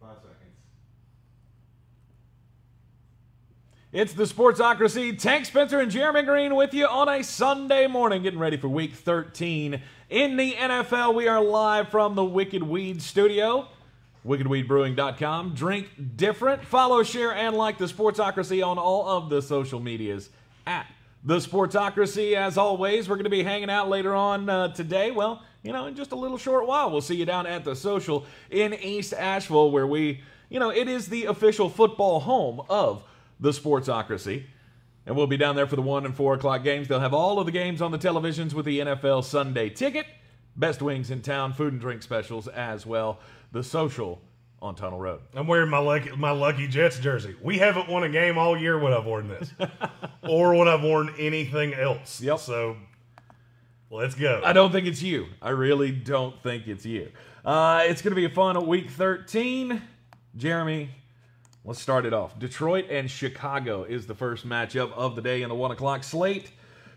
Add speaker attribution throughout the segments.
Speaker 1: Five seconds.
Speaker 2: It's the Sportsocracy. Tank Spencer and Jeremy Green with you on a Sunday morning, getting ready for Week 13 in the NFL. We are live from the Wicked Weed Studio, wickedweedbrewing.com. Drink different. Follow, share, and like the Sportsocracy on all of the social medias at the Sportsocracy. As always, we're going to be hanging out later on uh, today. Well, you know, in just a little short while, we'll see you down at the social in East Asheville, where we, you know, it is the official football home of the Sportsocracy. And we'll be down there for the 1 and 4 o'clock games. They'll have all of the games on the televisions with the NFL Sunday ticket. Best wings in town, food and drink specials as well. The social on Tunnel Road.
Speaker 3: I'm wearing my lucky my lucky Jets jersey. We haven't won a game all year when I've worn this, or when I've worn anything else.
Speaker 2: Yep.
Speaker 3: So let's go.
Speaker 2: I don't think it's you. I really don't think it's you. Uh, it's going to be a fun week 13. Jeremy, let's start it off. Detroit and Chicago is the first matchup of the day in the one o'clock slate.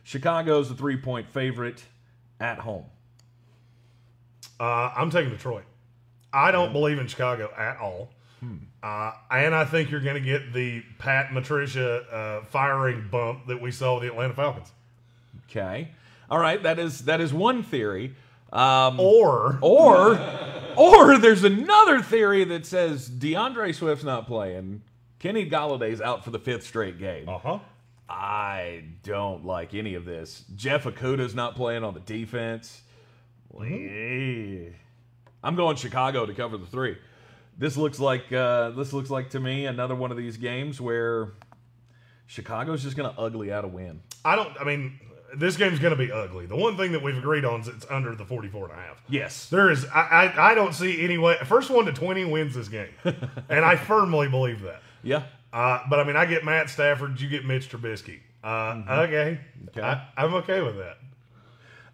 Speaker 2: Chicago's the three point favorite at home.
Speaker 3: Uh, I'm taking Detroit. I don't believe in Chicago at all.
Speaker 2: Hmm.
Speaker 3: Uh, and I think you're going to get the Pat Matricia uh, firing bump that we saw with the Atlanta Falcons.
Speaker 2: Okay. All right. That is that is one theory. Um,
Speaker 3: Or
Speaker 2: Or, or there's another theory that says DeAndre Swift's not playing. Kenny Galladay's out for the fifth straight game.
Speaker 3: uh huh.
Speaker 2: I don't like any of this. Jeff Okuda's not playing on the defense. Eh. I'm going Chicago to cover the three. This looks like uh, this looks like to me another one of these games where Chicago's just going to ugly out a win.
Speaker 3: I don't. I mean, this game's going to be ugly. The one thing that we've agreed on is it's under the 44 and a half.
Speaker 2: Yes.
Speaker 3: There is. I, I, I don't see any way. First one to 20 wins this game, and I firmly believe that.
Speaker 2: Yeah.
Speaker 3: Uh, but I mean, I get Matt Stafford. You get Mitch Trubisky. Uh, Okay,
Speaker 2: Mm-hmm. Okay.
Speaker 3: I, I'm okay with that.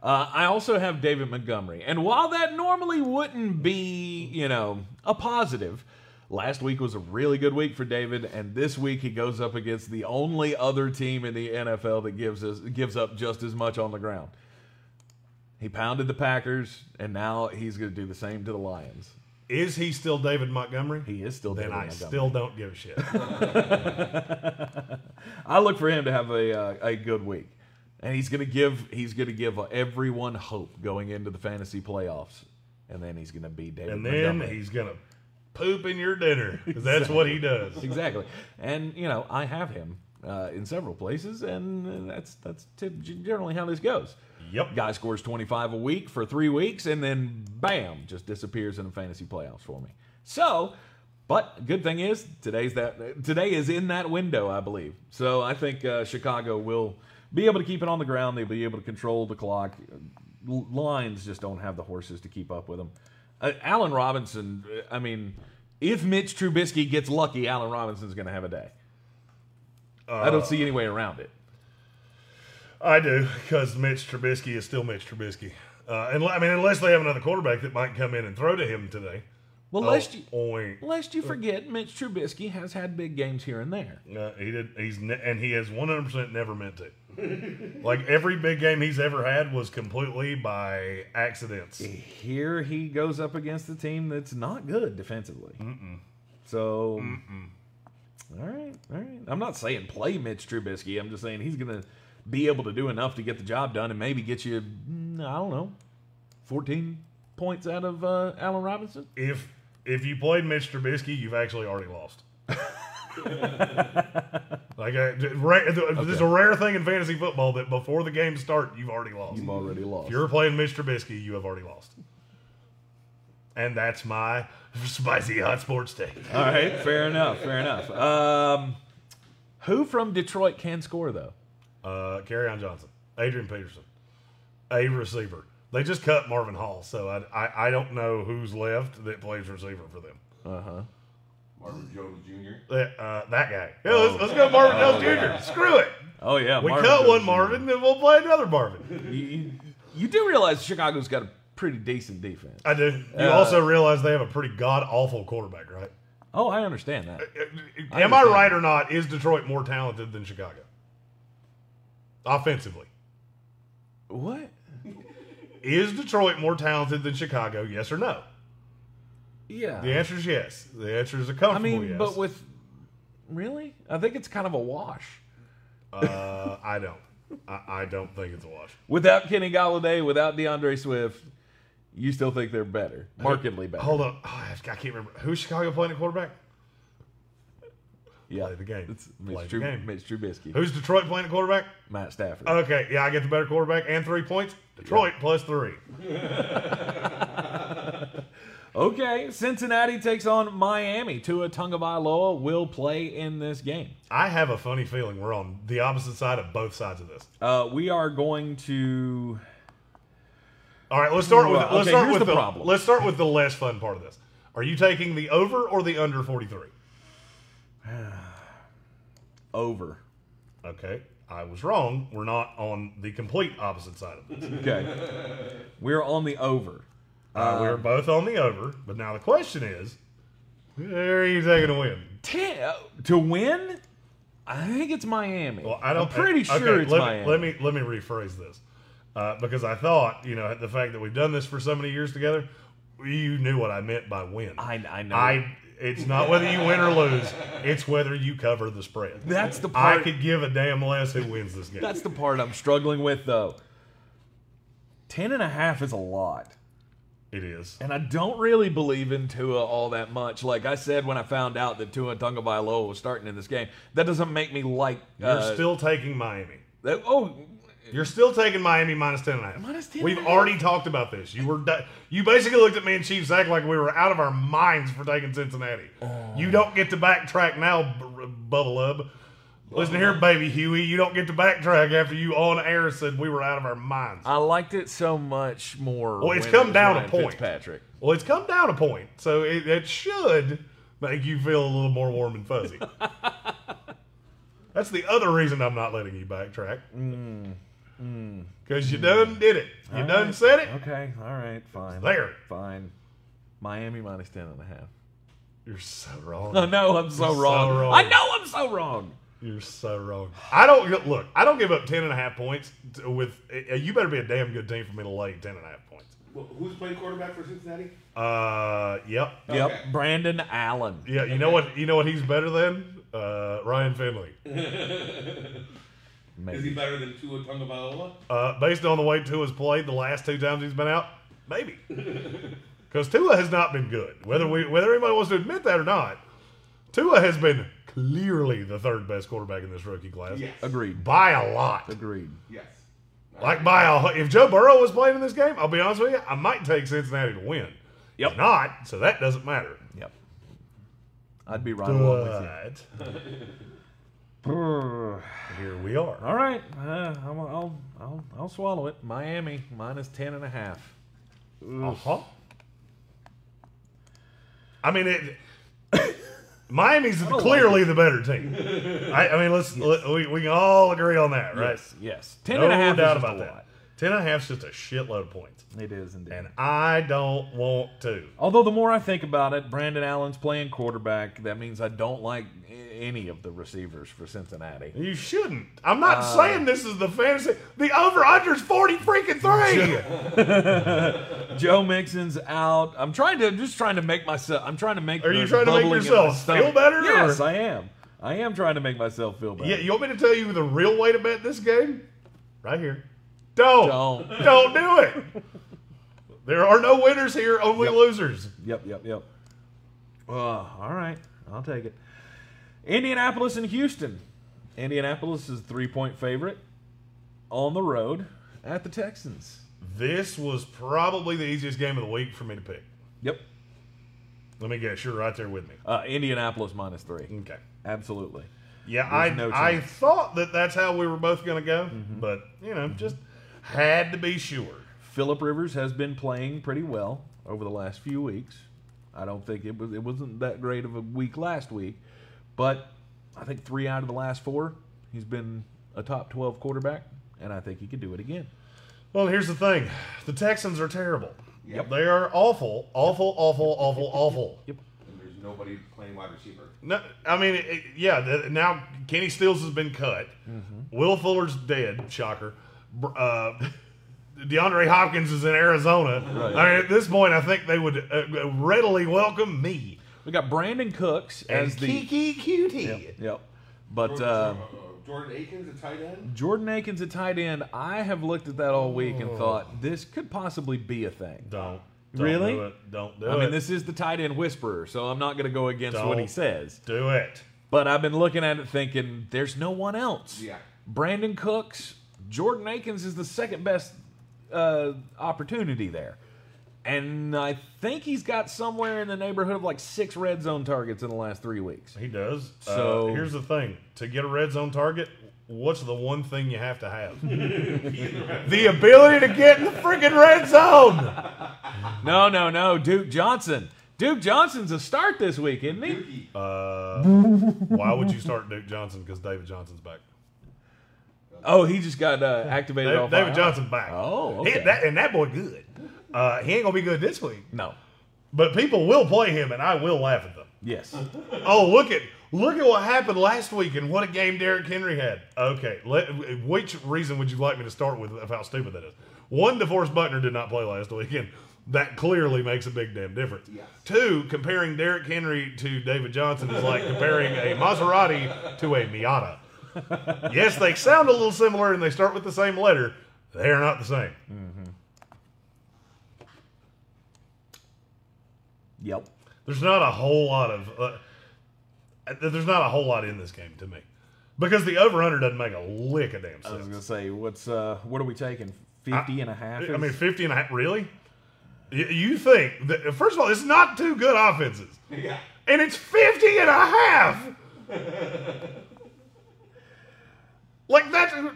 Speaker 2: Uh, I also have David Montgomery. And while that normally wouldn't be, you know, a positive, last week was a really good week for David, and this week he goes up against the only other team in the NFL that gives us gives up just as much on the ground. He pounded the Packers, and now he's going to do the same to the Lions.
Speaker 3: Is he still David Montgomery?
Speaker 2: He is still
Speaker 3: then
Speaker 2: David
Speaker 3: I
Speaker 2: Montgomery.
Speaker 3: still don't give a shit.
Speaker 2: I look for him to have a uh, a good week, and he's gonna give he's gonna give everyone hope going into the fantasy playoffs, and then he's gonna be David.
Speaker 3: and then
Speaker 2: Montgomery.
Speaker 3: he's gonna poop in your dinner because that's what he does.
Speaker 2: exactly. And you know, I have him uh, in several places, and uh, that's that's typ- generally how this goes.
Speaker 3: Yep.
Speaker 2: Guy scores 25 a week for three weeks, and then bam, just disappears in the fantasy playoffs for me. So, but good thing is today's that today is in that window, I believe. So I think uh, Chicago will be able to keep it on the ground. They'll be able to control the clock. L- Lions just don't have the horses to keep up with them. Uh, Allen Robinson, uh, I mean, if Mitch Trubisky gets lucky, Allen Robinson's going to have a day. I don't see any way around it.
Speaker 3: I do because Mitch Trubisky is still Mitch Trubisky. Uh, and I mean, unless they have another quarterback that might come in and throw to him today.
Speaker 2: Well, lest
Speaker 3: Oh,
Speaker 2: you,
Speaker 3: oink.
Speaker 2: Lest you forget, Mitch Trubisky has had big games here and there.
Speaker 3: No, Uh, he did. He's ne- and he has one hundred percent never meant to. like every big game he's ever had was completely by accidents.
Speaker 2: Here he goes up against a team that's not good defensively. So, all right, all right. I'm not saying play Mitch Trubisky. I'm just saying he's going to be able to do enough to get the job done and maybe get you, mm, I don't know, 14 points out of uh, Allen Robinson.
Speaker 3: If if you played Mitch Trubisky, you've actually already lost. like I, ra- there's a rare thing in fantasy football that before the game start, you've already lost.
Speaker 2: You've already lost.
Speaker 3: If you're playing Mitch Trubisky, you have already lost. And that's my spicy hot sports take.
Speaker 2: all right, fair enough, fair enough. Um, who from Detroit can score, though?
Speaker 3: Uh, on Johnson, Adrian Peterson, a receiver. They just cut Marvin Hall, so I, I, I don't know who's left that plays receiver for them.
Speaker 1: Marvin Jones Jr.
Speaker 3: That, uh, that guy. Yeah, let's, let's go Marvin Jones Jr. Screw it.
Speaker 2: Oh, yeah.
Speaker 3: We
Speaker 2: Marvin
Speaker 3: cut
Speaker 2: Jones
Speaker 3: one
Speaker 2: Jr.
Speaker 3: Marvin, then we'll play another Marvin.
Speaker 2: You- You, you do realize Chicago's got a pretty decent defense.
Speaker 3: I do. You also realize they have a pretty god awful quarterback, right?
Speaker 2: Oh, I understand that. I
Speaker 3: Am I
Speaker 2: understand.
Speaker 3: right or not? Is Detroit more talented than Chicago? Offensively.
Speaker 2: What?
Speaker 3: Is Detroit more talented than Chicago? Yes or no?
Speaker 2: Yeah.
Speaker 3: The answer is yes. The answer is a comfortable
Speaker 2: I mean,
Speaker 3: Oh, yes.
Speaker 2: but with really, I think it's kind of a wash.
Speaker 3: uh, I don't. I, I don't think it's a wash.
Speaker 2: Without Kenny Galladay, without DeAndre Swift, you still think they're better, markedly better.
Speaker 3: Hold up. Oh, I I can't remember. Who's Chicago playing at quarterback?
Speaker 2: yeah,
Speaker 3: Play the game.
Speaker 2: It's Mitch,
Speaker 3: Play the
Speaker 2: Tru-
Speaker 3: game. Uh,
Speaker 2: Mitch Trubisky,
Speaker 3: Who's Detroit playing at quarterback?
Speaker 2: Matt Stafford.
Speaker 3: Okay, yeah, I get the better quarterback and three points. Detroit plus three.
Speaker 2: okay, Cincinnati takes on Miami. Tua Tungabailoa will play in this game.
Speaker 3: I have a funny feeling we're on the opposite side of both sides of this.
Speaker 2: Uh, we are going to.
Speaker 3: All right, let's start with
Speaker 2: Right,
Speaker 3: let's
Speaker 2: okay,
Speaker 3: start
Speaker 2: here's
Speaker 3: with
Speaker 2: the problem.
Speaker 3: Let's start with the less fun part of this. Are you taking the over or the under forty three?
Speaker 2: Over.
Speaker 3: Okay, I was wrong. We're not on the complete opposite side of this.
Speaker 2: Okay. We're on the over.
Speaker 3: Uh, we were both on the over, but now the question is, where are you taking a win?
Speaker 2: Ten, to win? I think it's Miami.
Speaker 3: Well, I don't.
Speaker 2: am pretty
Speaker 3: okay,
Speaker 2: sure it's
Speaker 3: let
Speaker 2: Miami.
Speaker 3: Me, let me let me rephrase this, uh, because I thought you know the fact that we've done this for so many years together, you knew what I meant by win.
Speaker 2: I, I know.
Speaker 3: I it's not whether you win or lose; it's whether you cover the spread.
Speaker 2: that's the part.
Speaker 3: I could give a damn less who wins this game.
Speaker 2: That's the part I'm struggling with, though. Ten and a half is a lot,
Speaker 3: it is.
Speaker 2: and I don't really believe in Tua all that much. Like I said when I found out that Tua Tagovailoa was starting in this game, that doesn't make me like.
Speaker 3: You're
Speaker 2: Uh,
Speaker 3: still taking Miami.
Speaker 2: that- oh,
Speaker 3: You're still taking Miami minus ten and a half.
Speaker 2: Minus 10 and
Speaker 3: We've
Speaker 2: a half.
Speaker 3: already talked about this. You were di- you basically looked at me and Chiefs act like we were out of our minds for taking Cincinnati.
Speaker 2: Uh.
Speaker 3: You don't get to backtrack now, b- Bubble Up. Listen here,
Speaker 2: Uh-huh.
Speaker 3: baby Huey. You don't get to backtrack after you on air said we were out of our minds.
Speaker 2: I liked it so much more.
Speaker 3: Well, it's
Speaker 2: when
Speaker 3: come
Speaker 2: it was
Speaker 3: down a
Speaker 2: Ryan
Speaker 3: point.
Speaker 2: Fitzpatrick.
Speaker 3: well, it's come down a point, so it, it should make you feel a little more warm and fuzzy. That's the other reason I'm not letting you backtrack. Because you done did it. You
Speaker 2: Mm,
Speaker 3: done
Speaker 2: right.
Speaker 3: said it.
Speaker 2: Okay, all right, fine,
Speaker 3: There.
Speaker 2: fine. Miami minus ten and a half.
Speaker 3: You're so wrong.
Speaker 2: I know I'm so
Speaker 3: so
Speaker 2: wrong.
Speaker 3: wrong.
Speaker 2: I know I'm so wrong.
Speaker 3: You're so wrong. I don't gi- look. I don't give up ten and a half points t- with. uh, You better be a damn good team for me to lay ten and a half points.
Speaker 1: Well, who's playing quarterback for Cincinnati?
Speaker 3: Uh, yep,
Speaker 2: Yep, Brandon Allen.
Speaker 3: yeah. You know what? You know what? He's better than uh, Ryan Finley.
Speaker 1: Is he
Speaker 2: Maybe.
Speaker 1: better than Tua Tagovailoa?
Speaker 3: Uh, based on the way Tua's played the last two times he's been out, maybe. Because Tua has not been good. Whether we whether anybody wants to admit that or not, Tua has been clearly the third best quarterback in this rookie class
Speaker 1: Yes.
Speaker 2: Agreed.
Speaker 3: by a lot.
Speaker 2: Agreed.
Speaker 1: Yes.
Speaker 3: Like by a, if Joe Burrow was playing in this game, I'll be honest with you, I might take Cincinnati to win.
Speaker 2: Yep.
Speaker 3: He's not, so that doesn't matter.
Speaker 2: Yep. I'd be right along with you.
Speaker 3: But
Speaker 2: Brr.
Speaker 3: here we are.
Speaker 2: All right, uh, I'll, I'll, I'll, I'll swallow it. Miami minus ten and a half.
Speaker 3: Uh-huh. I mean, it, Miami's
Speaker 2: like
Speaker 3: clearly the better team. I, I mean, let's let- we, we can all agree on that, right?
Speaker 2: Yes, yes,
Speaker 3: No
Speaker 2: ten and a half.
Speaker 3: doubt
Speaker 2: is just
Speaker 3: about
Speaker 2: a
Speaker 3: that. Ten and a half is just a shitload of points,
Speaker 2: Lot. It is indeed.
Speaker 3: and I don't want to.
Speaker 2: Although the more I think about it, Brandon Allen's playing quarterback. That means I don't like a- any of the receivers for Cincinnati.
Speaker 3: You shouldn't. I'm not
Speaker 2: Uh,
Speaker 3: saying this is the fantasy. The over under is 40 freaking three.
Speaker 2: Joe Mixon's out. I'm trying to just trying to make myself. I'm trying to make.
Speaker 3: Are you
Speaker 2: the
Speaker 3: trying to
Speaker 2: bubbling
Speaker 3: make
Speaker 2: in my
Speaker 3: yourself feel
Speaker 2: stomach-
Speaker 3: better,
Speaker 2: Yes,
Speaker 3: or-
Speaker 2: I am. I am trying to make myself feel better.
Speaker 3: yeah, you want me to tell you the real way to bet this game? Right here. Don't.
Speaker 2: Don't.
Speaker 3: Don't do it. There are no winners here, only
Speaker 2: Yep.
Speaker 3: losers.
Speaker 2: Yep, yep, yep. Uh, all right, I'll take it. Indianapolis and Houston. Indianapolis is a three-point favorite on the road at the Texans.
Speaker 3: This was probably the easiest game of the week for me to pick.
Speaker 2: Yep.
Speaker 3: Let me guess, you're right there with me.
Speaker 2: Uh, Indianapolis minus three.
Speaker 3: Okay.
Speaker 2: Absolutely.
Speaker 3: Yeah, I
Speaker 2: no
Speaker 3: I
Speaker 2: chance. Mm-hmm.
Speaker 3: thought that that's how we were both going to go, but you know, just had to be sure.
Speaker 2: Philip Rivers has been playing pretty well over the last few weeks. I don't think it was it wasn't that great of a week last week, but I think three out of the last four, he's been a top twelve quarterback, and I think he could do it again.
Speaker 3: Well, here's the thing: the Texans are terrible.
Speaker 1: Yep.
Speaker 3: They are awful, awful, awful, awful, awful.
Speaker 2: Yep.
Speaker 1: And there's nobody playing wide receiver.
Speaker 3: No, I mean, it, yeah. th now
Speaker 2: Mm-hmm.
Speaker 3: Kenny Stills has been cut. Will Fuller's dead. Shocker. Br- Uh, DeAndre Hopkins is in Arizona. I mean, at this point, I think they would uh, readily welcome me
Speaker 2: We got Brandon Cooks as
Speaker 3: and
Speaker 2: the
Speaker 3: Kiki Cutie.
Speaker 2: yep, but.
Speaker 1: Jordan,
Speaker 2: Uh,
Speaker 1: Jordan Akins, a tight end.
Speaker 2: Jordan Aikens at tight end. I have looked at that all week and
Speaker 3: Oh.
Speaker 2: thought this could possibly be a thing.
Speaker 3: Don't, don't
Speaker 2: Really?
Speaker 3: do it. Don't do
Speaker 2: I
Speaker 3: it.
Speaker 2: mean, this is the tight end whisperer, so I'm not going to go against what he
Speaker 3: Don't.
Speaker 2: says.
Speaker 3: do it.
Speaker 2: But I've been looking at it thinking there's no one else.
Speaker 1: Yeah.
Speaker 2: Brandon Cooks, Jordan Aikens is the second best uh, opportunity there. And I think he's got somewhere in the neighborhood of like six red zone targets in the last three weeks.
Speaker 3: He does.
Speaker 2: So-
Speaker 3: uh, here's the thing: to get a red zone target, what's the one thing you have to have? the ability to get in the freaking red zone.
Speaker 2: No, no, no. Duke Johnson. Duke Johnson's a start this week, isn't he?
Speaker 1: Dookie.
Speaker 3: Uh, why would you start Duke Johnson? Because David Johnson's back.
Speaker 2: Oh, he just got uh, activated
Speaker 3: David,
Speaker 2: off
Speaker 3: David
Speaker 2: IR.
Speaker 3: Johnson back.
Speaker 2: Oh,
Speaker 3: He-
Speaker 2: okay.
Speaker 3: that, and that boy good. Uh, he ain't gonna be good this week,
Speaker 2: No.
Speaker 3: but people will play him, and I will laugh at them.
Speaker 2: Yes.
Speaker 3: Oh, look at look at what happened last week and what a game Derrick Henry had. Okay, let, which reason would you like me to start with of how stupid that is? One, DeForest Buckner did not play last weekend. That clearly makes a big damn difference.
Speaker 1: Yes.
Speaker 3: Two, comparing Derrick Henry to David Johnson is like comparing a Maserati to a Miata. yes, they sound a little similar and they start with the same letter. They are not the same.
Speaker 2: yep.
Speaker 3: There's not a whole lot of uh, th- there's not a whole lot in this game to me because the over under doesn't make a lick of damn
Speaker 2: I was gonna
Speaker 3: sense.
Speaker 2: say, what's uh, what are we taking? 50 and a half?
Speaker 3: I,
Speaker 2: is-
Speaker 3: mean, 50 and a half, really? Y- You think that, first of all, it's not two good offenses,
Speaker 1: Yeah.
Speaker 3: and it's 50 and a half. like that's I,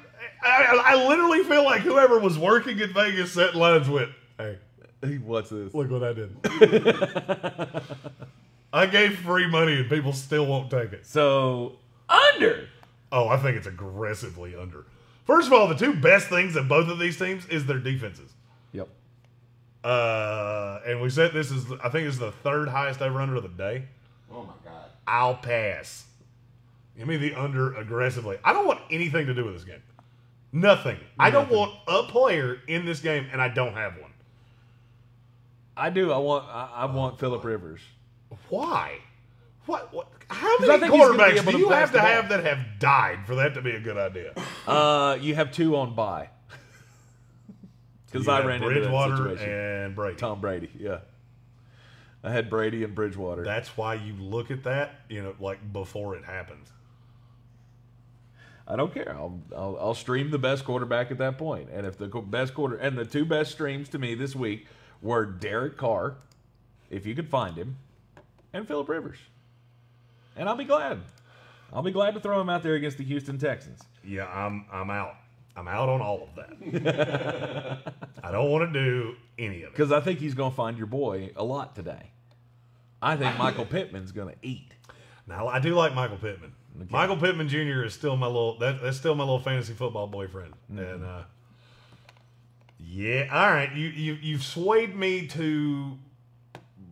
Speaker 3: I I literally feel like whoever was working in Vegas set lines went, hey,
Speaker 2: what's this?
Speaker 3: Look what I did. I gave free money and people still won't take it.
Speaker 2: So under.
Speaker 3: Oh, I think it's aggressively under. First of all, the two best things of both of these teams is their defenses.
Speaker 2: Yep.
Speaker 3: Uh, and we said this is, I think, it's the third highest over under of the day.
Speaker 1: Oh my God.
Speaker 3: I'll pass. Give me the under aggressively. I don't want anything to do with this game. Nothing. I don't want a player in this game, and I don't have one.
Speaker 2: I do. I want. I, I want Philip Rivers.
Speaker 3: Why? What? what how
Speaker 2: 'Cause I
Speaker 3: many
Speaker 2: think he's gonna be
Speaker 3: quarterbacks
Speaker 2: able
Speaker 3: do
Speaker 2: to
Speaker 3: you
Speaker 2: pass
Speaker 3: have
Speaker 2: the
Speaker 3: to
Speaker 2: ball.
Speaker 3: have that have died for that to be a good idea?
Speaker 2: Uh, you have two on bye. Because
Speaker 3: You
Speaker 2: I
Speaker 3: have
Speaker 2: ran into that
Speaker 3: Bridgewater
Speaker 2: situation.
Speaker 3: and Brady.
Speaker 2: Tom Brady. Yeah. I had Brady and Bridgewater.
Speaker 3: That's why you look at that, you know, like before it happens.
Speaker 2: I don't care. I'll, I'll I'll stream the best quarterback at that point. And if the qu- best quarter and the two best streams to me this week were Derek Carr, if you could find him, and Philip Rivers. And I'll be glad. I'll be glad to throw him out there against the Houston Texans.
Speaker 3: Yeah, I'm I'm out. I'm out on all of that. I don't want to do any of it.
Speaker 2: Because I think he's going to find your boy a lot today. I think Michael Pittman's going to eat.
Speaker 3: Now I do like Michael Pittman. Michael Pittman Jr. is still my little that, that's still my little fantasy football boyfriend. And uh Yeah, all right. You you you've swayed me to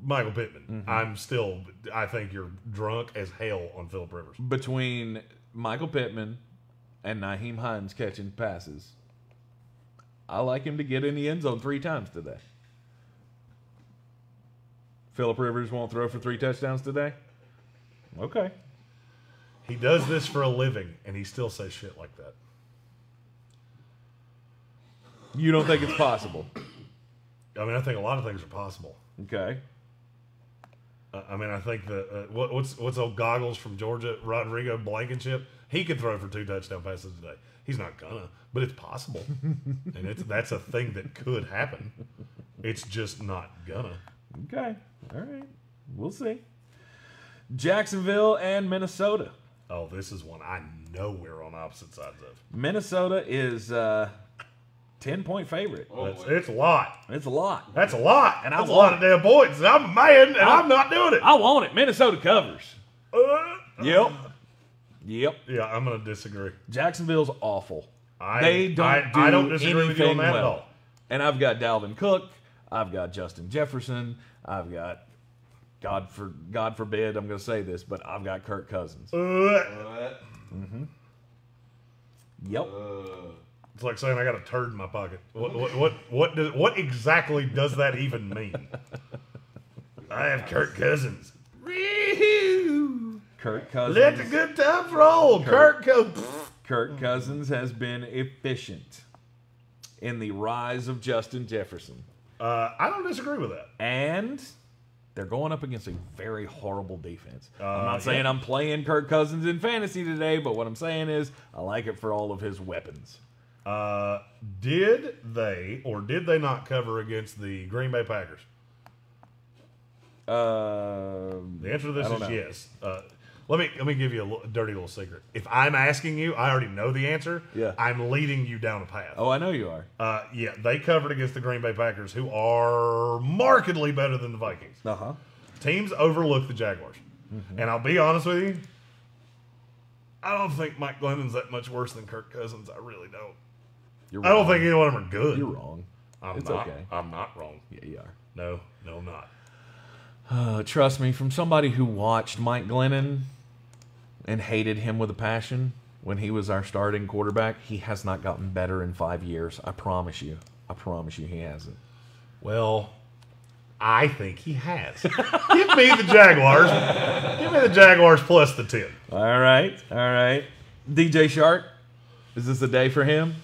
Speaker 3: Michael Pittman. I'm still I think you're drunk as hell on Philip Rivers.
Speaker 2: Between Michael Pittman and Naheem Hines catching passes, I like him to get in the end zone three times today. Philip Rivers won't throw for three touchdowns today? Okay.
Speaker 3: He does this for a living and he still says shit like that.
Speaker 2: You don't think it's possible?
Speaker 3: I mean, I think a lot of things are possible.
Speaker 2: Okay.
Speaker 3: Uh, I mean, I think the uh, what, what's what's old goggles from Georgia, Rodrigo Blankenship. He could throw for two touchdown passes today. He's not gonna, but it's possible, and it's that's a thing that could happen. It's just not gonna.
Speaker 2: Okay. All right. We'll see. Jacksonville and Minnesota.
Speaker 3: Oh, this is one I know we're on opposite sides of.
Speaker 2: Minnesota is uh, ten point favorite.
Speaker 1: Oh
Speaker 3: That's,
Speaker 1: boy.
Speaker 3: it's a lot.
Speaker 2: It's a lot.
Speaker 3: That's a lot,
Speaker 2: And
Speaker 3: and
Speaker 2: I
Speaker 3: that's a
Speaker 2: want
Speaker 3: lot of damn points. And I'm a man, and I'm, not doing it.
Speaker 2: I want it. Minnesota covers.
Speaker 3: Uh,
Speaker 2: Yep. Yep.
Speaker 3: yeah, I'm gonna disagree.
Speaker 2: Jacksonvill's awful.
Speaker 3: I-
Speaker 2: they don't.
Speaker 3: I-
Speaker 2: do
Speaker 3: I don't disagree with you on
Speaker 2: anything
Speaker 3: that at
Speaker 2: well.
Speaker 3: all.
Speaker 2: And I've got Dalvin Cook. I've got Justin Jefferson. I've got God for God forbid I'm going to say this, but I've got Kirk Cousins.
Speaker 3: Uh,
Speaker 1: Uh,
Speaker 2: Yep.
Speaker 1: uh,
Speaker 3: It's like saying I got a turd in my pocket. What what what what, does, what exactly does that even mean? I have Kirk Cousins. Woo-hoo.
Speaker 2: Kirk Cousins.
Speaker 3: Let the good times roll. Kirk,
Speaker 2: Kirk.
Speaker 3: Cousins.
Speaker 2: Kirk Cousins has been efficient in the rise of Justin Jefferson.
Speaker 3: Uh, I don't disagree with that.
Speaker 2: And they're going up against a very horrible defense. I'm
Speaker 3: Uh,
Speaker 2: not saying
Speaker 3: yeah.
Speaker 2: I'm playing Kirk Cousins in fantasy today, but what I'm saying is I like it for all of his weapons.
Speaker 3: Uh, did they or did they not cover against the Green Bay Packers?
Speaker 2: Um,
Speaker 3: The answer to this
Speaker 2: I
Speaker 3: is
Speaker 2: don't know.
Speaker 3: yes. Uh, let me let me give you a, li- dirty little secret. If I'm asking you, I already know the answer.
Speaker 2: Yeah.
Speaker 3: I'm leading you down a path.
Speaker 2: oh, I know you are.
Speaker 3: Uh, yeah, they covered against the Green Bay Packers, who are markedly better than the Vikings.
Speaker 2: Uh huh.
Speaker 3: Teams overlook the Jaguars, and I'll be honest with you. I don't think Mike Glennon's that much worse than Kirk Cousins. I really don't.
Speaker 2: You're
Speaker 3: I
Speaker 2: wrong.
Speaker 3: don't think either one of them are good.
Speaker 2: you're wrong.
Speaker 3: I'm
Speaker 2: It's
Speaker 3: not,
Speaker 2: okay.
Speaker 3: I'm not wrong.
Speaker 2: Yeah, you are.
Speaker 3: No, no, I'm not.
Speaker 2: Uh, trust me, from somebody who watched Mike Glennon and hated him with a passion when he was our starting quarterback, he has not gotten better in five years. I promise you. I promise you he hasn't.
Speaker 3: Well, I think he has. Give me the Jaguars. Give me the Jaguars plus the 10.
Speaker 2: All right. All right. DJ Shark, is this the day for him?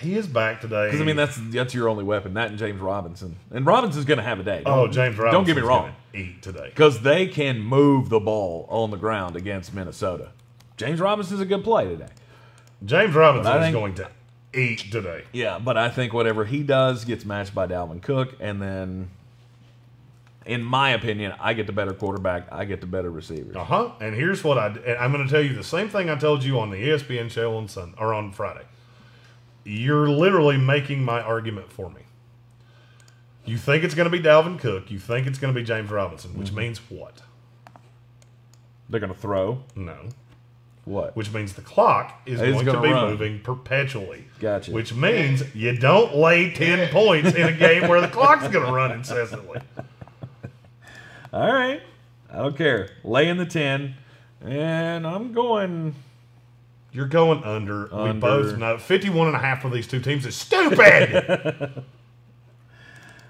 Speaker 3: He is back today.
Speaker 2: Because, I mean, that's that's your only weapon. That and James Robinson. And Robinson's going to have a day.
Speaker 3: Oh, James Robinson.
Speaker 2: Don't get me wrong.
Speaker 3: Eat today.
Speaker 2: Because they can move the ball on the ground against Minnesota. James Robinson's a good play today.
Speaker 3: James Robinson
Speaker 2: But I
Speaker 3: is
Speaker 2: think-
Speaker 3: going to eat today.
Speaker 2: Yeah, but I think whatever he does gets matched by Dalvin Cook, and then, in my opinion, I get the better quarterback. I get the better receiver.
Speaker 3: Uh huh. And here's what I. And I'm going to tell you the same thing I told you on the E ESPN show on Sun or on Friday. You're literally making my argument for me. You think it's going to be Dalvin Cook. You think it's going to be James Robinson,
Speaker 2: Mm-hmm.
Speaker 3: which means what?
Speaker 2: They're gonna throw
Speaker 3: No.
Speaker 2: what?
Speaker 3: which means the clock is
Speaker 2: It's
Speaker 3: going to
Speaker 2: gonna
Speaker 3: be
Speaker 2: run.
Speaker 3: moving perpetually.
Speaker 2: Gotcha.
Speaker 3: Which means you don't lay 10 points in a game where the clock's going to run incessantly.
Speaker 2: All right, I don't care. Lay in the ten, and I'm going.
Speaker 3: You're going under. We
Speaker 2: Under.
Speaker 3: both know 51 and a half for these two teams is stupid.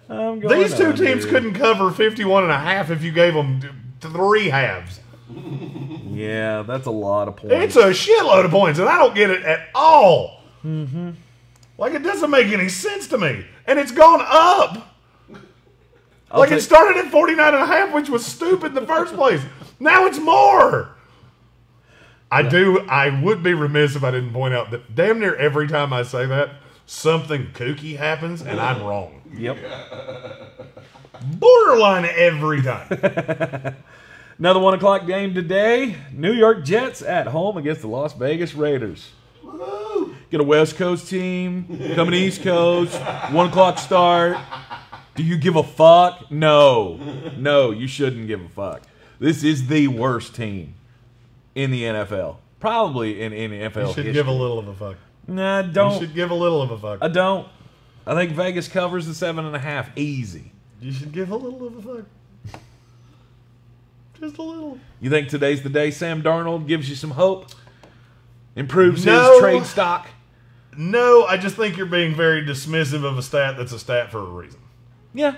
Speaker 2: I'm going.
Speaker 3: these two
Speaker 2: under.
Speaker 3: teams couldn't cover 51 and a half if you gave them d- three halves.
Speaker 2: Yeah, that's a lot of points.
Speaker 3: It's a shitload of points, and I don't get it at all. Mm-hmm. Like, it doesn't make any sense to me. And it's gone up.
Speaker 2: I'll
Speaker 3: like
Speaker 2: take-
Speaker 3: it started at 49 and a half, which was stupid in the first place. Now it's more. I do. I would be remiss if I didn't point out that damn near every time I say that, something kooky happens and I'm wrong.
Speaker 2: Yep.
Speaker 3: Borderline every time.
Speaker 2: Another one o'clock game today. New York Jets at home against the Las Vegas Raiders. Get a West Coast team, coming East Coast, one o'clock start. Do you give a fuck? No. No, you shouldn't give a fuck. This is the worst team in the NFL. Probably in any NFL
Speaker 3: Should
Speaker 2: history.
Speaker 3: give a little of a fuck.
Speaker 2: nah,
Speaker 3: You
Speaker 2: don't.
Speaker 3: should give a little of a fuck.
Speaker 2: Oh. I don't. I think Vegas covers the seven and a half easy.
Speaker 3: You should give a little of a fuck. Just a little.
Speaker 2: You think today's the day Sam Darnold gives you some hope? Improves
Speaker 3: No.
Speaker 2: his trade stock?
Speaker 3: No, I just think you're being very dismissive of a stat that's a stat for a reason.
Speaker 2: Yeah.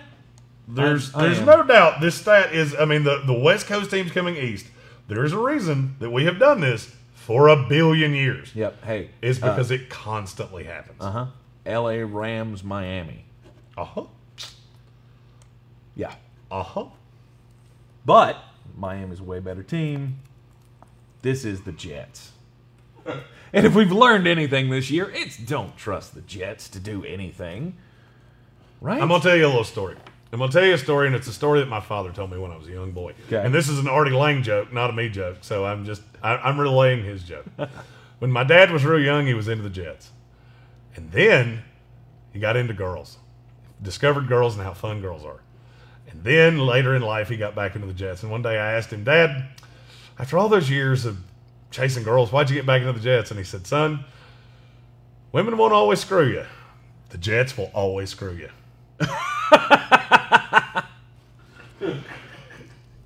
Speaker 3: There's
Speaker 2: I- I
Speaker 3: there's
Speaker 2: am.
Speaker 3: no doubt this stat is I mean the, the West Coast teams coming east. There is a reason that we have done this for a billion years.
Speaker 2: Yep. Hey.
Speaker 3: It's because it constantly happens.
Speaker 2: Uh huh. L.A. Rams, Miami.
Speaker 3: Uh-huh.
Speaker 2: Yeah.
Speaker 3: Uh-huh.
Speaker 2: But Miami's a way better team. This is the Jets. and if we've learned anything this year, it's don't trust the Jets to do anything. Right?
Speaker 3: I'm gonna tell you a little story. I'm gonna tell you a story, and it's a story that my father told me when I was a young boy.
Speaker 2: Okay.
Speaker 3: And this is an Artie Lang joke, not a me joke. So I'm just I, I'm relaying his joke. when my dad was real young, he was into the Jets, and then he got into girls, discovered girls and how fun girls are, and then later in life he got back into the Jets. And one day I asked him, Dad, after all those years of chasing girls, why'd you get back into the Jets? And he said, Son, women won't always screw you. The Jets will always screw you.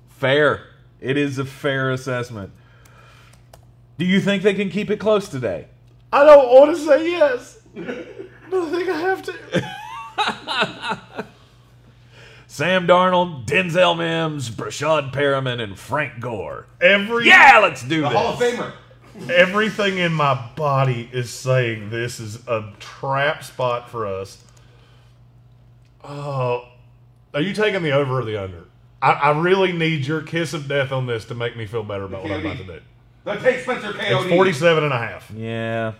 Speaker 2: fair. It is a fair assessment. Do you think they can keep it close today?
Speaker 3: I don't want to say yes. No, I think I have to.
Speaker 2: Sam Darnold, Denzel Mims, Brashad Perriman, and Frank Gore.
Speaker 3: Every
Speaker 2: Yeah, let's do
Speaker 1: The
Speaker 2: this.
Speaker 1: Hall of Famer.
Speaker 3: everything in my body is saying this is a trap spot for us. Oh, are you taking the over or the under? I, I really need your kiss of death on this to make me feel better about what I'm about to do.
Speaker 1: The Tank Spencer KOD.
Speaker 3: It's 47 and a half.
Speaker 2: Yeah.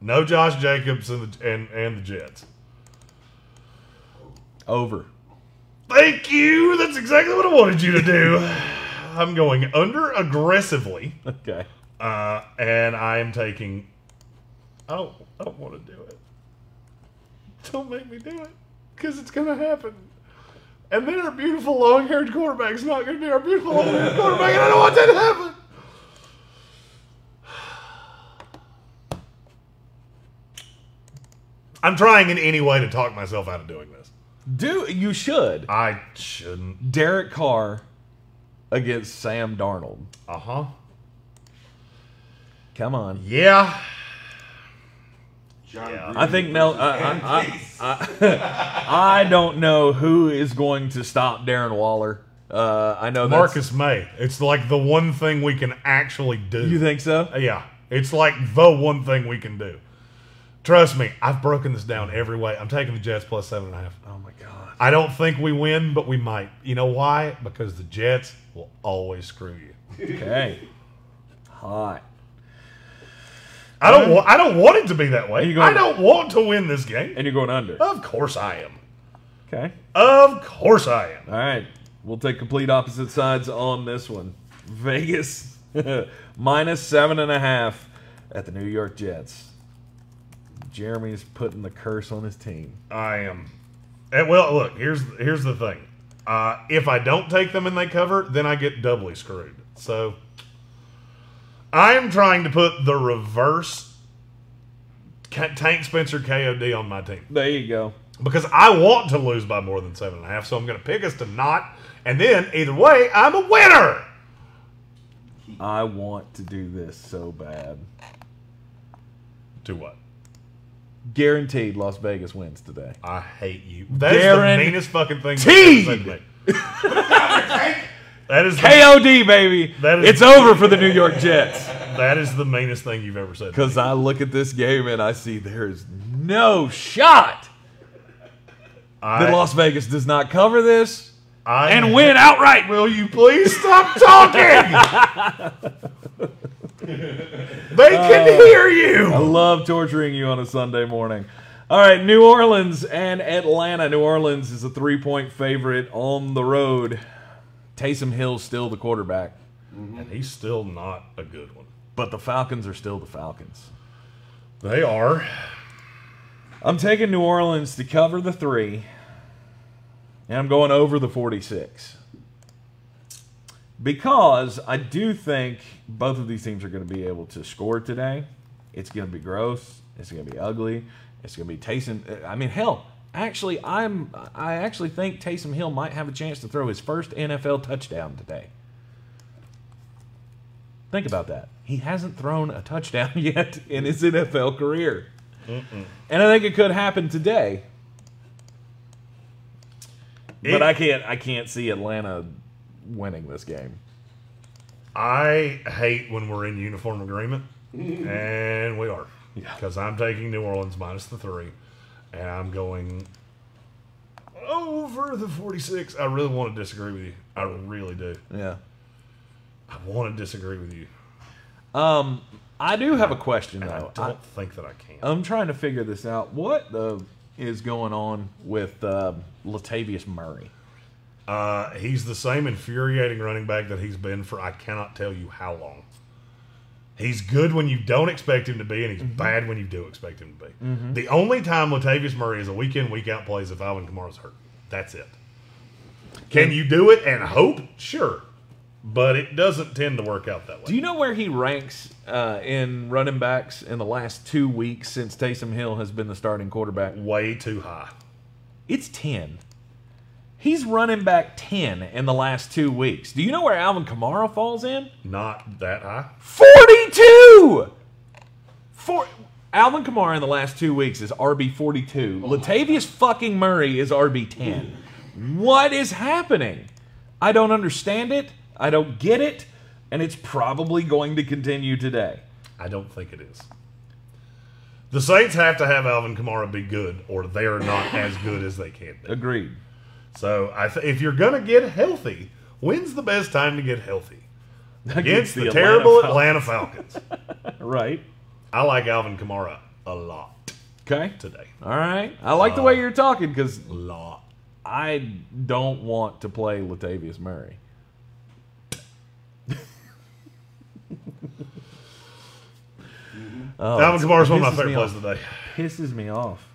Speaker 3: No Josh Jacobs and the, and, and the Jets.
Speaker 2: Over.
Speaker 3: Thank you. That's exactly what I wanted you to do. I'm going under aggressively,
Speaker 2: Okay.
Speaker 3: uh, and I'm taking. I don't. I don't want to do it. Don't make me do it, because it's gonna happen. And then our beautiful long-haired quarterback's not gonna be our beautiful long-haired quarterback, and I don't want that to happen. I'm trying in any way to talk myself out of doing this.
Speaker 2: Do you should.
Speaker 3: I shouldn't.
Speaker 2: Derek Carr against Sam Darnold.
Speaker 3: Uh huh.
Speaker 2: Come on.
Speaker 3: Yeah.
Speaker 1: John
Speaker 3: Yeah.
Speaker 1: Gruden
Speaker 2: I think Mel. uh, I,
Speaker 1: and
Speaker 2: I,
Speaker 1: Case.
Speaker 2: I, I don't know who is going to stop Darren Waller. Uh, I know that's-
Speaker 3: Marcus May. It's like the one thing we can actually do.
Speaker 2: You think so?
Speaker 3: yeah. It's like the one thing we can do. Trust me, I've broken this down every way. I'm taking the Jets plus seven and a half.
Speaker 2: Oh my god.
Speaker 3: I don't think we win, but we might. You know why? Because the Jets will always screw you.
Speaker 2: Okay. Hot.
Speaker 3: I don't. Wa- I don't want it to be that
Speaker 2: Are
Speaker 3: way.
Speaker 2: you going-
Speaker 3: I don't want to win this game.
Speaker 2: And you're going under.
Speaker 3: Of course I am.
Speaker 2: Okay.
Speaker 3: Of course I am.
Speaker 2: All right. We'll take complete opposite sides on this one. Vegas minus seven and a half at the New York Jets. Jeremy's putting the curse on his team.
Speaker 3: I am. And well, look here's here's the thing. Uh, if I don't take them and they cover, then I get doubly screwed. So I am trying to put the reverse Ca- Tank Spencer KOD on my team
Speaker 2: There you go.
Speaker 3: because I want to lose by more than seven and a half. So I'm going to pick us to not, and then either way, I'm a winner.
Speaker 2: I want to do this so bad.
Speaker 3: Do what?
Speaker 2: Guaranteed Las Vegas wins today.
Speaker 3: I hate you. That is the
Speaker 2: Guaranteed.
Speaker 3: meanest fucking thing. you can say to me. That is the,
Speaker 2: KOD, baby.
Speaker 3: That is-
Speaker 2: it's over for the New York Jets.
Speaker 3: that is the meanest thing you've ever said. to me.
Speaker 2: Because I look at this game and I see there is no shot that
Speaker 3: I,
Speaker 2: Las Vegas does not cover this
Speaker 3: I
Speaker 2: and win outright.
Speaker 3: Will you please stop talking? they
Speaker 2: Uh,
Speaker 3: can hear
Speaker 2: I
Speaker 3: you.
Speaker 2: love torturing you on a Sunday morning. All right, New Orleans and Atlanta. New Orleans is a three point favorite on the road. Taysom Hill's still the quarterback,
Speaker 3: And he's still not a good one.
Speaker 2: but the Falcons are still the Falcons.
Speaker 3: They are.
Speaker 2: I'm taking New Orleans to cover the three, and I'm going over the 46. Because I do think both of these teams are going to be able to score today. It's going to be gross. It's going to be ugly. It's going to be Taysom. I mean, hell, actually, I'm. I actually think Taysom Hill might have a chance to throw his first NFL touchdown today. Think about that. He hasn't thrown a touchdown yet in his NFL career. And I think it could happen today.
Speaker 3: It-
Speaker 2: but I can't I can't see Atlanta winning this game.
Speaker 3: I hate when we're in uniform agreement, and we are. Because I'm taking New Orleans minus the three, and I'm going over the 46. I really want to disagree with you. I really do.
Speaker 2: Yeah.
Speaker 3: I want to disagree with you.
Speaker 2: Um I do have a question
Speaker 3: I
Speaker 2: though.
Speaker 3: don't
Speaker 2: Oh, I,
Speaker 3: think that I can.
Speaker 2: I'm trying to figure this out. What the is going on with uh, Latavius Murray?
Speaker 3: Uh, he's the same infuriating running back that he's been for I cannot tell you how long. He's good when you don't expect him to be, and he's bad when you do expect him to be. The only time Latavius Murray is a week in, week out play is if Alvin Kamara's hurt. That's it. Can you do it and hope? Sure. But it doesn't tend to work out that way.
Speaker 2: Do you know where he ranks uh, in running backs in the last two weeks since Taysom Hill has been the starting quarterback?
Speaker 3: way too high.
Speaker 2: It's 10. He's running back 10 in the last two weeks. Do you know where Alvin Kamara falls in?
Speaker 3: Not that high.
Speaker 2: 42! Four, Alvin Kamara in the last two weeks is RB forty two. Latavius fucking Murray is RB ten. What is happening? I don't understand it. I don't get it, and it's probably going to continue today.
Speaker 3: I don't think it is. The Saints have to have Alvin Kamara be good, or they're not as good as they can be.
Speaker 2: Agreed.
Speaker 3: So I th- if you're gonna get healthy, when's the best time to get healthy? Against the,
Speaker 2: Atlanta
Speaker 3: terrible
Speaker 2: Falcons.
Speaker 3: Atlanta Falcons.
Speaker 2: Right.
Speaker 3: I like Alvin Kamara a lot
Speaker 2: Okay.
Speaker 3: today.
Speaker 2: All right. I like the way
Speaker 3: Uh,
Speaker 2: you're talking because
Speaker 3: Lot.
Speaker 2: I don't want to play Latavius Murray.
Speaker 3: Alvin Kamara is one of my
Speaker 2: Oh, pisses
Speaker 3: favorite
Speaker 2: me
Speaker 3: plays
Speaker 2: off.
Speaker 3: today.
Speaker 2: Pisses me off.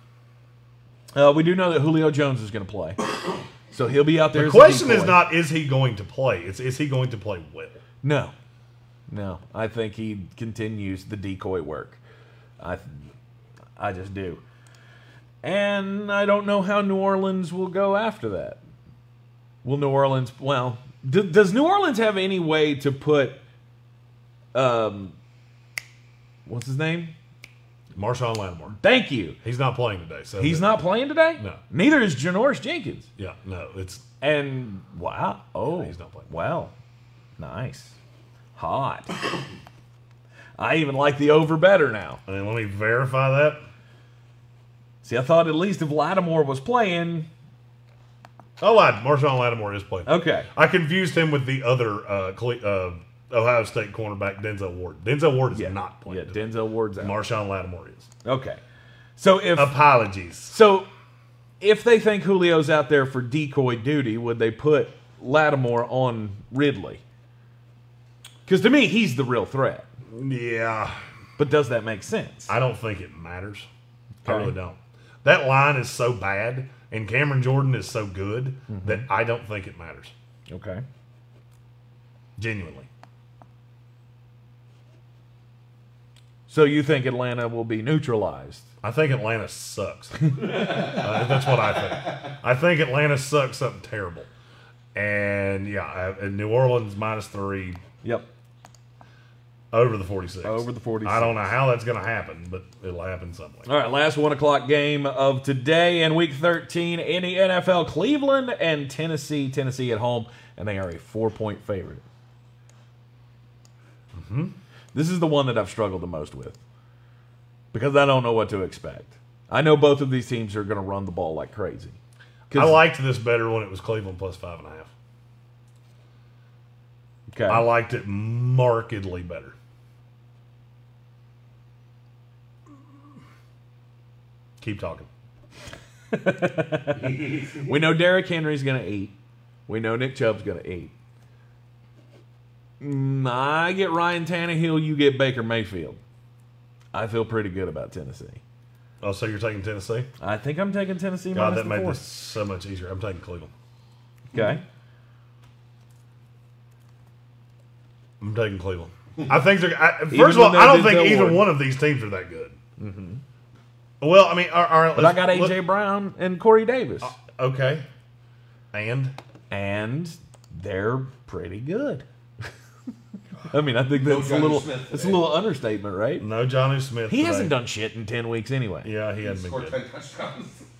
Speaker 2: Uh, we do know that Julio Jones is going to play, so he'll be out there.
Speaker 3: The
Speaker 2: as a
Speaker 3: question is
Speaker 2: decoy.
Speaker 3: not is he going to play? It's is he going to play well?
Speaker 2: No, no. I think he continues the decoy work. I, I just do, and I don't know how New Orleans will go after that. Will New Orleans? Well, d- does New Orleans have any way to put, um, what's his name?
Speaker 3: Marshawn Lattimore.
Speaker 2: Thank you.
Speaker 3: He's not playing today. So
Speaker 2: He's
Speaker 3: that-
Speaker 2: not playing today.
Speaker 3: No.
Speaker 2: Neither is Janoris Jenkins.
Speaker 3: Yeah, no, it's
Speaker 2: And wow, oh,
Speaker 3: he's not playing.
Speaker 2: Wow, nice, hot. I even like the over better now.
Speaker 3: I mean, let me verify that.
Speaker 2: See, I thought at least if Lattimore was playing,
Speaker 3: Oh, I lied. Marshawn Lattimore is playing.
Speaker 2: okay,
Speaker 3: I confused him with the other uh, Cle- uh, Ohio State cornerback, Denzel Ward. Denzel Ward is not
Speaker 2: yeah,
Speaker 3: playing. today.
Speaker 2: Denzel Ward's out.
Speaker 3: Marshawn Lattimore is.
Speaker 2: okay, so if
Speaker 3: Apologies.
Speaker 2: so, if they think Julio's out there for decoy duty, would they put Lattimore on Ridley? Because to me, he's the real threat.
Speaker 3: Yeah,
Speaker 2: But does that make sense?
Speaker 3: I don't think it matters. I
Speaker 2: Okay.
Speaker 3: really don't. That line is so bad, and Cameron Jordan is so good
Speaker 2: Mm-hmm.
Speaker 3: that I don't think it matters.
Speaker 2: Okay.
Speaker 3: Genuinely.
Speaker 2: So you think Atlanta will be neutralized?
Speaker 3: I think Atlanta sucks. Uh, that's what I think. I think Atlanta sucks something terrible. And yeah, I, and New Orleans minus three
Speaker 2: Yep.
Speaker 3: over the 46.
Speaker 2: Over the 46.
Speaker 3: I don't know how that's going to happen, but it'll happen some way.
Speaker 2: All right, last one o'clock game of today and week 13 in the NFL. Cleveland and Tennessee. Tennessee at home, and they are a four point favorite. Mm-hmm. This is the one that I've struggled the most with because I don't know what to expect. I know both of these teams are going to run the ball like crazy. 'Cause-
Speaker 3: I liked this better when it was Cleveland plus five and a half.
Speaker 2: okay.
Speaker 3: I liked it markedly better. Keep talking.
Speaker 2: we know Derrick Henry's going to eat, we know Nick Chubb's going to eat. Mm, I get Ryan Tannehill, you get Baker Mayfield. I feel pretty good about Tennessee.
Speaker 3: Oh, so you're taking Tennessee?
Speaker 2: I think I'm taking Tennessee
Speaker 3: God,
Speaker 2: minus
Speaker 3: that
Speaker 2: the
Speaker 3: made
Speaker 2: four.
Speaker 3: this Mm-hmm. so much easier. I'm taking Cleveland.
Speaker 2: Okay.
Speaker 3: I'm taking Cleveland. I think they're. I, first
Speaker 2: Even
Speaker 3: of all,
Speaker 2: when
Speaker 3: I
Speaker 2: they
Speaker 3: don't
Speaker 2: did
Speaker 3: think
Speaker 2: Del
Speaker 3: either
Speaker 2: Ward.
Speaker 3: one of these teams are that good. Well, I mean, all all right.
Speaker 2: Mm-hmm. But I got
Speaker 3: let's- Uh.
Speaker 2: AJ Brown and Corey Davis,
Speaker 3: let- okay, and
Speaker 2: and they're pretty good. I mean, I think
Speaker 1: No
Speaker 2: that's a
Speaker 1: Johnny
Speaker 2: little
Speaker 1: Smith
Speaker 2: that's a
Speaker 1: today.
Speaker 2: little understatement, right?
Speaker 3: no Johnny Smith.
Speaker 2: He hasn't
Speaker 3: today.
Speaker 2: done shit in ten weeks anyway.
Speaker 3: Mm, Yeah, he
Speaker 1: He
Speaker 3: hasn't been
Speaker 1: scored
Speaker 3: good.
Speaker 1: 10 touchdowns.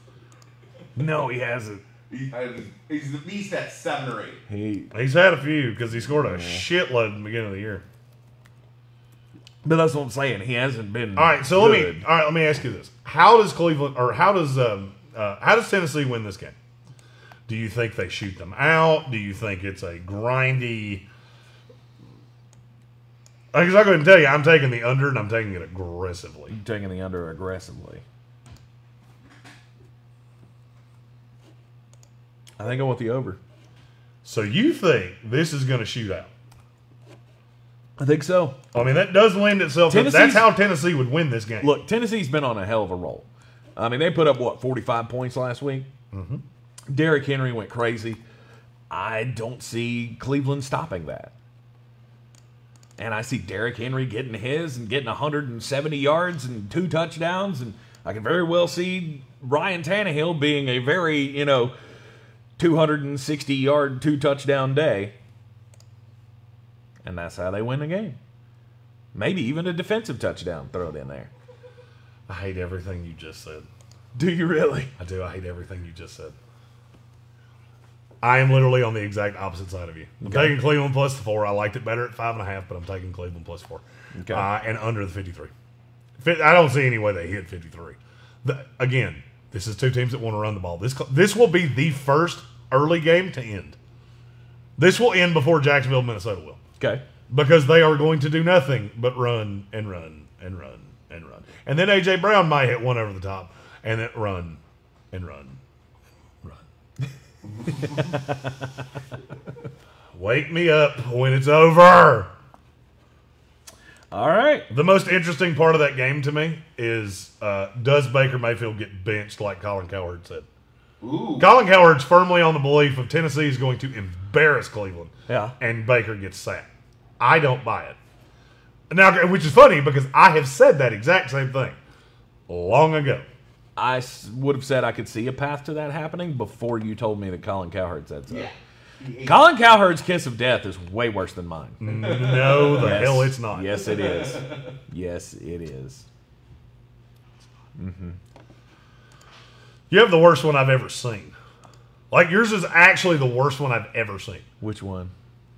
Speaker 2: No, he hasn't.
Speaker 1: He had, he's the beast at 7 or 8.
Speaker 2: He,
Speaker 3: He's had a few because he scored a shitload at the beginning of the year.
Speaker 2: but that's what I'm saying. He hasn't been.
Speaker 3: All right, so let
Speaker 2: good.
Speaker 3: me. All right, let me ask you this: How does Cleveland, or how does um, uh, how does Tennessee win this game? Do you think they shoot them out? Do you think it's a grindy? Because I go ahead and tell you, I'm taking the under, and I'm taking it aggressively.
Speaker 2: I'm taking the under aggressively. I think I want the over.
Speaker 3: So you think this is going to shoot out?
Speaker 2: I think so.
Speaker 3: I mean, that does lend itself. To, that's
Speaker 2: Tennessee's-
Speaker 3: how Tennessee would win this game.
Speaker 2: Look, Tennessee's been on a hell of a roll. I mean, they put up what forty-five points last week. Derrick Henry went crazy. I don't see Cleveland stopping that. And I see Derrick Henry getting his and getting 170 yards and two touchdowns, and I can very well see Ryan Tannehill being a very you know 260 yard, two touchdown day. And that's how they win the game. Maybe even a defensive touchdown thrown in there.
Speaker 3: I hate everything you just said.
Speaker 2: Do you really?
Speaker 3: I do. I hate everything you just said. I am literally on the exact opposite side of you. I'm
Speaker 2: Okay.
Speaker 3: taking Cleveland plus the four. I liked it better at five and a half, but I'm taking Cleveland plus four.
Speaker 2: Okay.
Speaker 3: Uh, and under the 53. Fi- I don't see any way they hit 53. The- again, this is two teams that want to run the ball. This, cl- this will be the first early game to end. This will end before Jacksonville, Minnesota will
Speaker 2: Okay.
Speaker 3: because they are going to do nothing but run and run and run and run. And then AJ Brown might hit one over the top and then run and run and run. Wake me up when it's over.
Speaker 2: All right.
Speaker 3: The most interesting part of that game to me is uh, does Baker Mayfield get benched like Colin Cowherd said?
Speaker 1: Ooh.
Speaker 3: Colin Cowherd's firmly on the belief of Tennessee is going to embarrass Cleveland.
Speaker 2: Yeah.
Speaker 3: And Baker gets sacked. I don't buy it. Now, which is funny because I have said that exact same thing long ago.
Speaker 2: I s- would have said I could see a path to that happening before you told me that Colin Cowherd said so.
Speaker 1: Yeah. He-
Speaker 2: Colin Cowherd's kiss of death is way worse than mine.
Speaker 3: No, the hell it's not.
Speaker 2: Yes, it is. Yes, it is.
Speaker 3: You have the worst one I've ever seen. Like yours is actually the worst one I've ever seen.
Speaker 2: Which one?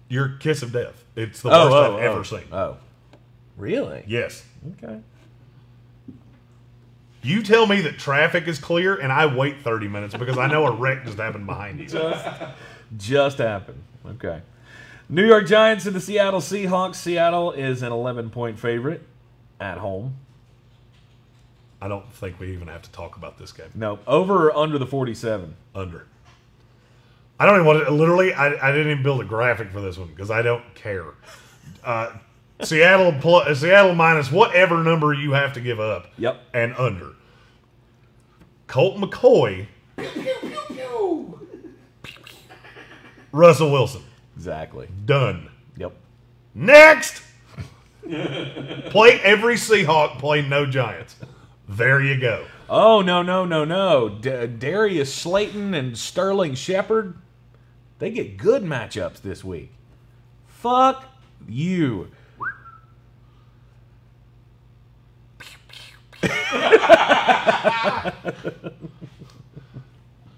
Speaker 3: Your kiss of death. It's the
Speaker 2: Oh,
Speaker 3: worst
Speaker 2: oh,
Speaker 3: I've
Speaker 2: oh.
Speaker 3: ever seen.
Speaker 2: Oh, really?
Speaker 3: Yes.
Speaker 2: Okay.
Speaker 3: You tell me that traffic is clear and I wait 30 minutes because I know a wreck just happened behind you.
Speaker 2: Just happened. Okay. New York Giants and the Seattle Seahawks. Seattle is an 11 point favorite at home.
Speaker 3: I don't think we even have to talk about this game.
Speaker 2: No, over or under the 47.
Speaker 3: Under. I don't even want to. Literally, I, I didn't even build a graphic for this one because I don't care. Uh, Seattle plus Seattle minus whatever number you have to give up.
Speaker 2: Yep.
Speaker 3: And under. Colt McCoy, Russell Wilson,
Speaker 2: Exactly.
Speaker 3: done.
Speaker 2: Yep.
Speaker 3: Next. play every Seahawk. Play no Giants. There you go.
Speaker 2: Oh, no, no, no, no. D- Darius Slayton and Sterling Shepard, they get good matchups this week. Fuck you.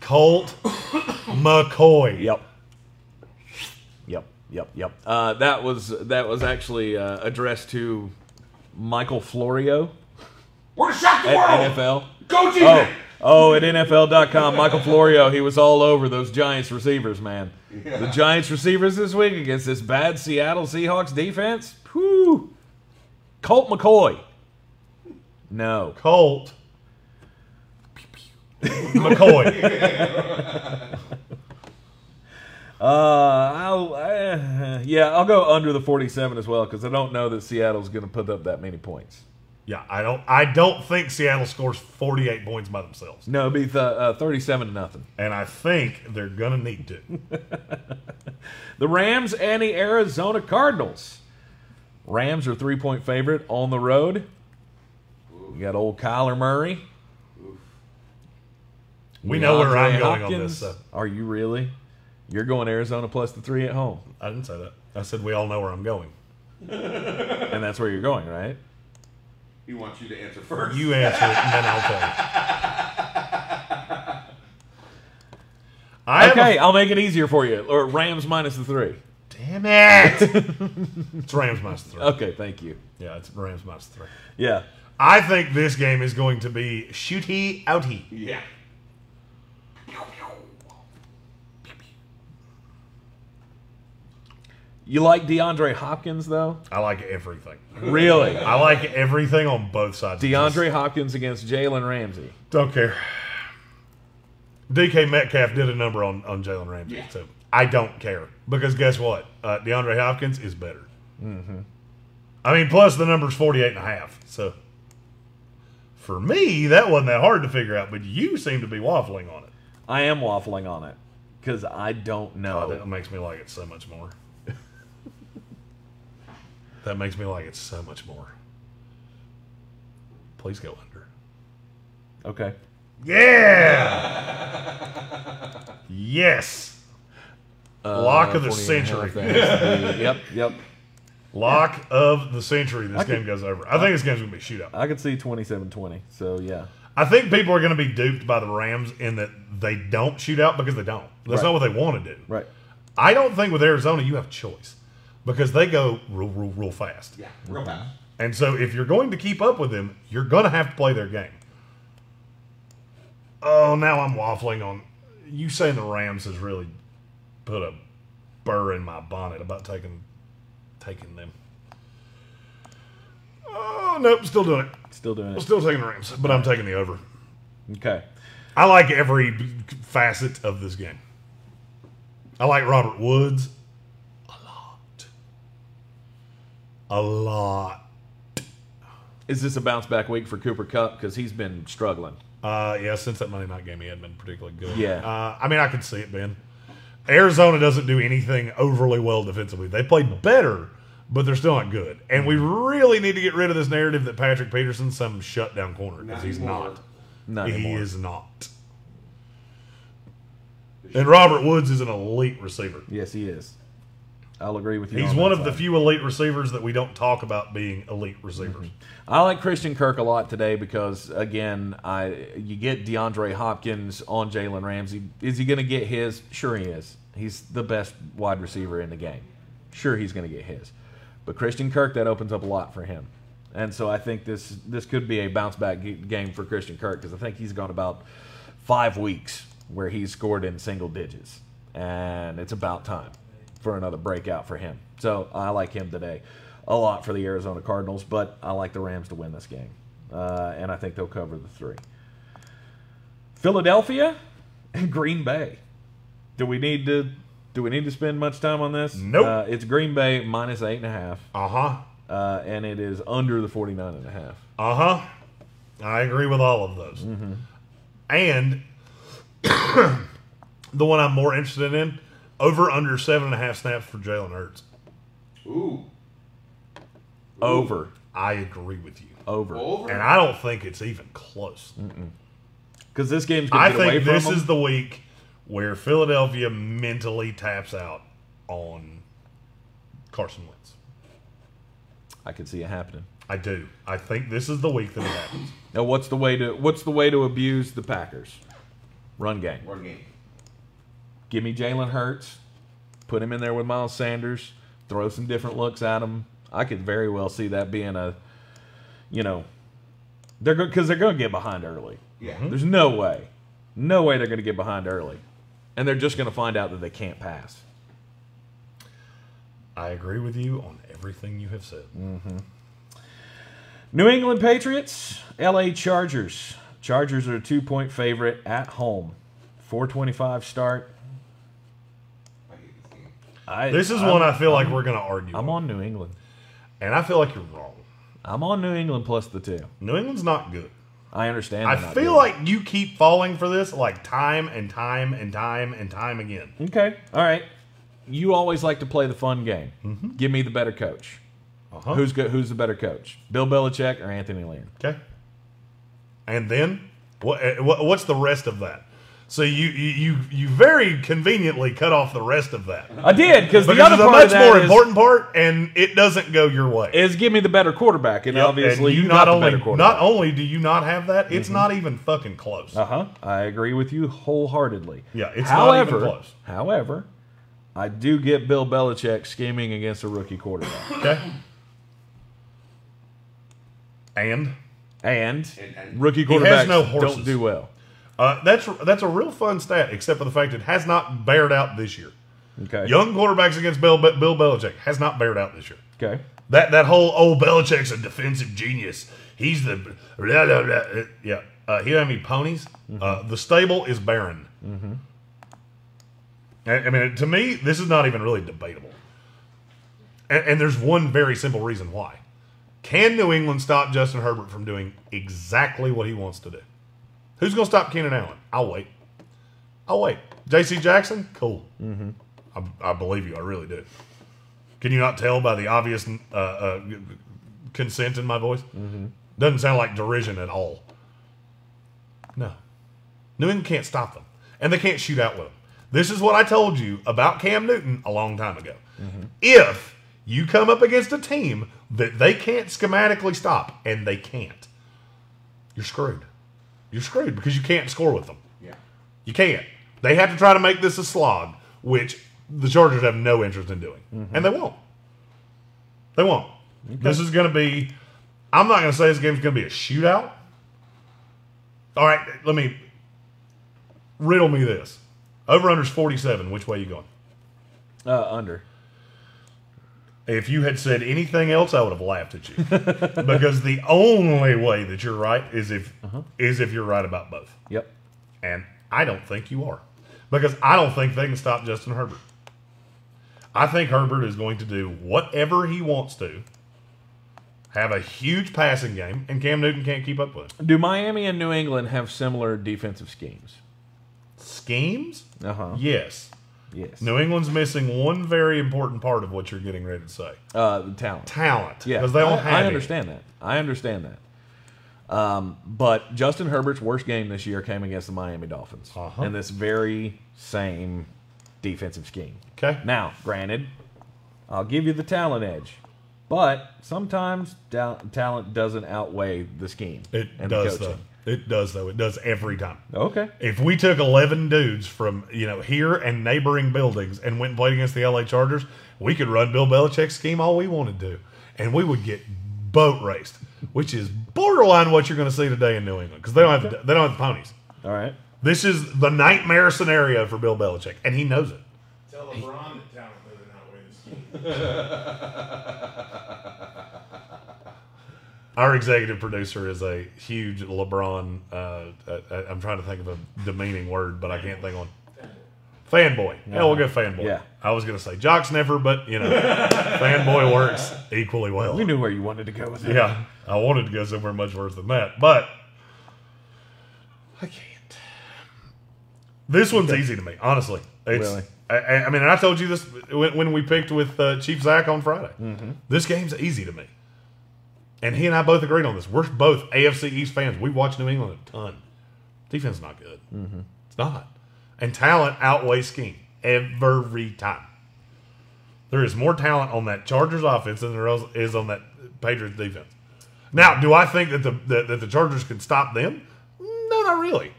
Speaker 3: Colt McCoy.
Speaker 2: Yep. Yep. Yep. Yep. Uh, that was that was actually uh, addressed to Michael Florio
Speaker 1: We're to shock the world.
Speaker 2: at NFL.
Speaker 1: Go team.
Speaker 2: Oh, oh, at NFL.com, Michael Florio, he was all over those Giants receivers, man. The Giants receivers this week against this bad Seattle Seahawks defense. Whew. Colt McCoy. No.
Speaker 3: Colt McCoy.
Speaker 2: Uh, I'll, uh, yeah, I'll go under the 47 as well because I don't know that Seattle's going to put up that many points.
Speaker 3: Yeah, I don't. I don't think Seattle scores 48 points by themselves,
Speaker 2: No, it'd be th- uh, 37 to nothing.
Speaker 3: and I think they're gonna need to.
Speaker 2: The Rams and the Arizona Cardinals. Rams are three point favorite on the road. You got old Kyler Murray.
Speaker 3: We know where
Speaker 2: DeAndre
Speaker 3: I'm going on this. So.
Speaker 2: Are you really? You're going Arizona plus the three at home.
Speaker 3: I didn't say that. I said we all know where I'm going.
Speaker 2: And that's where you're going, right?
Speaker 1: He wants you to answer first.
Speaker 3: You answer it, and then I'll tell you. I have a-
Speaker 2: Okay, I'll make it easier for you. Or Rams minus the three.
Speaker 3: damn it! it's Rams minus three.
Speaker 2: Okay, thank you.
Speaker 3: Yeah, it's Rams minus three.
Speaker 2: Yeah.
Speaker 3: I think this game is going to be shooty outy.
Speaker 1: Yeah.
Speaker 2: You like DeAndre Hopkins, though?
Speaker 3: I like everything.
Speaker 2: Really?
Speaker 3: I like everything on both sides. of this.
Speaker 2: DeAndre Hopkins against Jalen Ramsey.
Speaker 3: Don't care. DK Metcalf did a number on, on Jalen Ramsey,
Speaker 1: Yeah.
Speaker 3: so I don't care because guess what? Uh, DeAndre Hopkins is better. Mm-hmm. I mean, plus the number's 48 and a half. So for me, that wasn't that hard to figure out, but you seem to be waffling on it.
Speaker 2: I am waffling on it because I don't know.
Speaker 3: Oh, that makes me like it so much more. that makes me like it so much more. Please go under.
Speaker 2: Okay.
Speaker 3: Yeah. yes. Lock of the
Speaker 2: 40 and a half,
Speaker 3: Uh,
Speaker 4: Uh,
Speaker 3: century.
Speaker 2: that has to be- yep, yep.
Speaker 3: Lock of the century. This game goes over. I think this game's gonna be a shootout.
Speaker 4: I could see 27-20. So yeah,
Speaker 3: I think people are going to be duped by the Rams in that they don't shoot out because they don't.
Speaker 4: Right.
Speaker 3: That's not what they want to do.
Speaker 4: right.
Speaker 3: I don't think with Arizona you have a choice because they go real, real, real fast.
Speaker 1: Yeah,
Speaker 2: Mm-hmm.
Speaker 1: real fast.
Speaker 3: And so if you're going to keep up with them, you're going to have to play their game. Oh, now I'm waffling on. You saying the Rams has really put a burr in my bonnet about taking taking them. Oh nope, still doing it.
Speaker 4: Still doing
Speaker 3: I'm
Speaker 4: it.
Speaker 3: still taking the Rams, but I'm taking the over.
Speaker 4: Okay.
Speaker 3: I like every facet of this game. I like Robert Woods a lot. A lot.
Speaker 2: Is this a bounce back week for Cooper Cup because he's been struggling?
Speaker 3: Uh, yeah, since that Monday night game, he hadn't been particularly good.
Speaker 2: Yeah.
Speaker 3: Uh, I mean, I could see it, Ben. Arizona doesn't do anything overly well defensively. They played better, but they're still not good. And we
Speaker 4: Mm-hmm.
Speaker 3: really need to get rid of this narrative that Patrick Peterson's some shutdown corner because he's
Speaker 1: anymore.
Speaker 3: not.
Speaker 4: Not
Speaker 3: he
Speaker 4: anymore.
Speaker 3: is not. And Robert Woods is an elite receiver.
Speaker 4: Yes, he is. I'll agree with you.
Speaker 3: He's
Speaker 4: on
Speaker 3: one
Speaker 4: that
Speaker 3: of the
Speaker 4: side.
Speaker 3: few elite receivers that we don't talk about being elite receivers.
Speaker 4: Mm-hmm.
Speaker 2: I like Christian Kirk a lot today because again, I you get DeAndre Hopkins on Jalen Ramsey. Is he going to get his? Sure, he is. He's the best wide receiver in the game. Sure, he's going to get his. But Christian Kirk, that opens up a lot for him, and so I think this this could be a bounce back g- game for Christian Kirk because I think he's gone about five weeks where he's scored in single digits, and it's about time for another breakout for him. So I like him today a lot for the Arizona Cardinals, but I like the Rams to win this game, uh, and I think they'll cover the three. Philadelphia and Green Bay. Do we need to? Do we need to spend much time on this?
Speaker 3: Nope.
Speaker 2: Uh, it's Green Bay minus eight and a half,
Speaker 3: Uh huh.
Speaker 2: uh, and it is under the 49 and a half.
Speaker 3: Uh huh. I agree with all of those.
Speaker 2: Mm-hmm.
Speaker 3: And the one I'm more interested in over under seven and a half snaps for Jalen Hurts.
Speaker 1: Ooh.
Speaker 2: Over.
Speaker 3: I agree with you.
Speaker 2: Over.
Speaker 1: Over.
Speaker 3: And I don't think it's even close.
Speaker 2: Because this game's
Speaker 3: I
Speaker 2: going to Mm-hmm. get away
Speaker 3: think
Speaker 2: from
Speaker 3: this
Speaker 2: them.
Speaker 3: is the week where Philadelphia mentally taps out on Carson Wentz.
Speaker 2: I can see it happening.
Speaker 3: I do. I think this is the week that it happens.
Speaker 2: Now, what's the way to what's the way to abuse the Packers? Run game.
Speaker 1: One game.
Speaker 2: Give me Jalen Hurts. Put him in there with Miles Sanders. Throw some different looks at him. I could very well see that being a, you know, they're good because they're going to get behind early.
Speaker 1: Yeah.
Speaker 2: There's no way, no way they're going to get behind early, and they're just going to find out that they can't pass.
Speaker 3: I agree with you on everything you have said.
Speaker 2: Mm. New England Patriots, LA Chargers. Chargers are a two point favorite at home. 425 start.
Speaker 1: I hate this game.
Speaker 2: I,
Speaker 3: This is
Speaker 2: I'm-
Speaker 3: one I feel like we're going to argue.
Speaker 2: I'm
Speaker 3: on.
Speaker 2: on New England.
Speaker 3: And I feel like you're wrong.
Speaker 2: I'm on New England plus the two.
Speaker 3: New England's not good.
Speaker 2: I understand.
Speaker 3: I
Speaker 2: they're not
Speaker 3: feel
Speaker 2: good.
Speaker 3: like you keep falling for this like time and time and time and time again.
Speaker 2: Okay. All right. You always like to play the fun game. Give me the better coach.
Speaker 3: Mm-hmm. Uh-huh.
Speaker 2: Who's go, Who's the better coach? Bill Belichick or Anthony Lynn?
Speaker 3: Okay. And then what, eh, what? What's the rest of that? So you you you you very conveniently cut off the rest of that
Speaker 2: I did because the
Speaker 3: because
Speaker 2: other
Speaker 3: it's a
Speaker 2: part
Speaker 3: much
Speaker 2: of that
Speaker 3: more
Speaker 2: is-
Speaker 3: important part, and it doesn't go your way.
Speaker 2: is give me the better quarterback, and
Speaker 3: Yep,
Speaker 2: obviously
Speaker 3: and
Speaker 2: you got the
Speaker 3: only
Speaker 2: better quarterback.
Speaker 3: not only do you not have that, it's not even fucking close.
Speaker 2: Uh huh. I agree with you wholeheartedly.
Speaker 3: Uh-huh. Yeah, it's not even
Speaker 2: however,
Speaker 3: close.
Speaker 2: however, I do get Bill Belichick scheming against a rookie quarterback,
Speaker 3: Okay. And
Speaker 2: and,
Speaker 1: And- and-
Speaker 2: rookie
Speaker 3: has
Speaker 2: quarterbacks
Speaker 3: no horses.
Speaker 2: don't do well.
Speaker 3: Uh, that's that's a real fun stat, except for the fact it has not bared out this year.
Speaker 2: Okay.
Speaker 3: Young quarterbacks against Bill, Bill Belichick has not bared out this year.
Speaker 2: Okay.
Speaker 3: That that whole old Belichick's a defensive genius. He's the blah, blah, blah. Uh, yeah. Uh, he don't have any ponies. Uh, the stable is barren. I, I mean, to me, this is not even really debatable. And, and there's one very simple reason why. Can New England stop Justin Herbert from doing exactly what he wants to do? Who's going to stop Keenan Allen? I'll wait. I'll wait. J.C. Jackson, cool. I, I believe you. I really do. Can you not tell by the obvious uh, uh, consent in my voice? Mm-hmm. Doesn't sound like derision at all. No. New England can't stop them, and they can't shoot out with them. This is what I told you about Cam Newton a long time ago. If You come up against a team that they can't schematically stop, and they can't. You're screwed. You're screwed because you can't score with them.
Speaker 1: Yeah.
Speaker 3: You can't. They have to try to make this a slog, which the Chargers have no interest in doing, and they won't. They won't. This is going to be. I'm not going to say this game's going to be a shootout. All right, let me riddle me this. Over under's 47. Which way you going?
Speaker 4: Uh, under.
Speaker 3: If you had said anything else, I would have laughed at you because the only way that you're right is if is if you're right about both.
Speaker 4: Yep.
Speaker 3: And I don't think you are. Because I don't think they can stop Justin Herbert. I think Herbert is going to do whatever he wants to, have a huge passing game, and Cam Newton can't keep up with him.
Speaker 2: Do Miami and New England have similar defensive schemes?
Speaker 3: Schemes?
Speaker 4: Uh huh.
Speaker 3: Yes.
Speaker 4: Yes.
Speaker 3: New England's missing one very important part of what you're getting ready to say
Speaker 2: Uh, the talent.
Speaker 3: talent.
Speaker 2: Yeah,
Speaker 3: Because they don't
Speaker 2: I,
Speaker 3: have
Speaker 2: I
Speaker 3: any.
Speaker 2: understand that. I understand that. Um, but Justin Herbert's worst game this year came against the Miami Dolphins
Speaker 3: Uh-huh.
Speaker 2: in this very same defensive scheme.
Speaker 3: Okay.
Speaker 2: Now, granted,
Speaker 4: I'll give you the talent edge, but sometimes ta- talent doesn't outweigh the scheme
Speaker 3: It
Speaker 4: and
Speaker 3: does,
Speaker 4: the
Speaker 3: though.
Speaker 4: coaching.
Speaker 3: It does, though. It does every time.
Speaker 4: Okay.
Speaker 3: If we took 11 dudes from, you know, here and neighboring buildings and went and played against the LA Chargers, we could run Bill Belichick's scheme all we wanted to. And we would get boat raced, which is borderline what you're going to see today in New England because they, don't have they don't have the ponies.
Speaker 4: All right.
Speaker 3: This is the nightmare scenario for Bill Belichick, and he knows it.
Speaker 5: Tell LeBron that talent doesn't outweigh the scheme.
Speaker 3: Our executive producer is a huge LeBron. Uh, uh, uh, I'm trying to think of a demeaning word, but I can't think on. Fanboy. Yeah, we'll go fanboy.
Speaker 4: Yeah.
Speaker 3: I was gonna say jock sniffer, but you know, fanboy works equally well.
Speaker 4: We knew where you wanted to go with it.
Speaker 3: Yeah, I wanted to go somewhere much worse than that, but I can't. This one's easy to me, honestly. It's,
Speaker 4: Really?
Speaker 3: I- I, I mean, and I told you this when, when we picked with uh, Chief Zach on Friday. This game's easy to me, and he and I both agreed on this. We're both AFC East fans. We watch New England a ton. Defense is not good. It's not, and talent outweighs scheme every time. There is more talent on that Chargers offense than there else- is on that Patriots defense. Now, do I think that the that, that the Chargers can stop them? No, not really.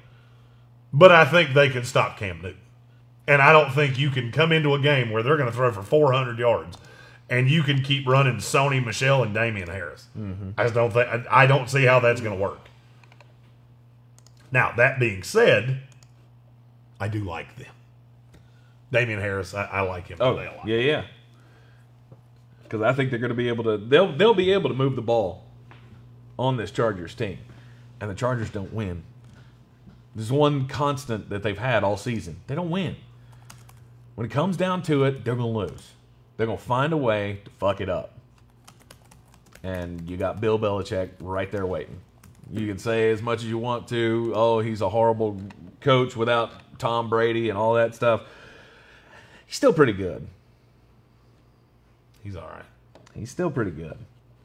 Speaker 3: But I think they can stop Cam Newton, and I don't think you can come into a game where they're going to throw for 400 yards, and you can keep running Sony Michelle and Damian Harris. I just don't think I, I don't see how that's going to work. Now, that being said, I do like them. Damian Harris, I, I like him.
Speaker 4: Oh,
Speaker 3: today a lot.
Speaker 4: yeah, yeah.
Speaker 2: because I think they're going to be able to, they'll they'll be able to move the ball on this Chargers team, and the Chargers don't win. There's one constant that they've had all season: they don't win. When it comes down to it, they're going to lose. They're going to find a way to fuck it up. And you got Bill Belichick right there waiting. You can say as much as you want to, oh, he's a horrible coach without Tom Brady and all that stuff. He's still pretty good.
Speaker 3: He's all right.
Speaker 2: He's still pretty good.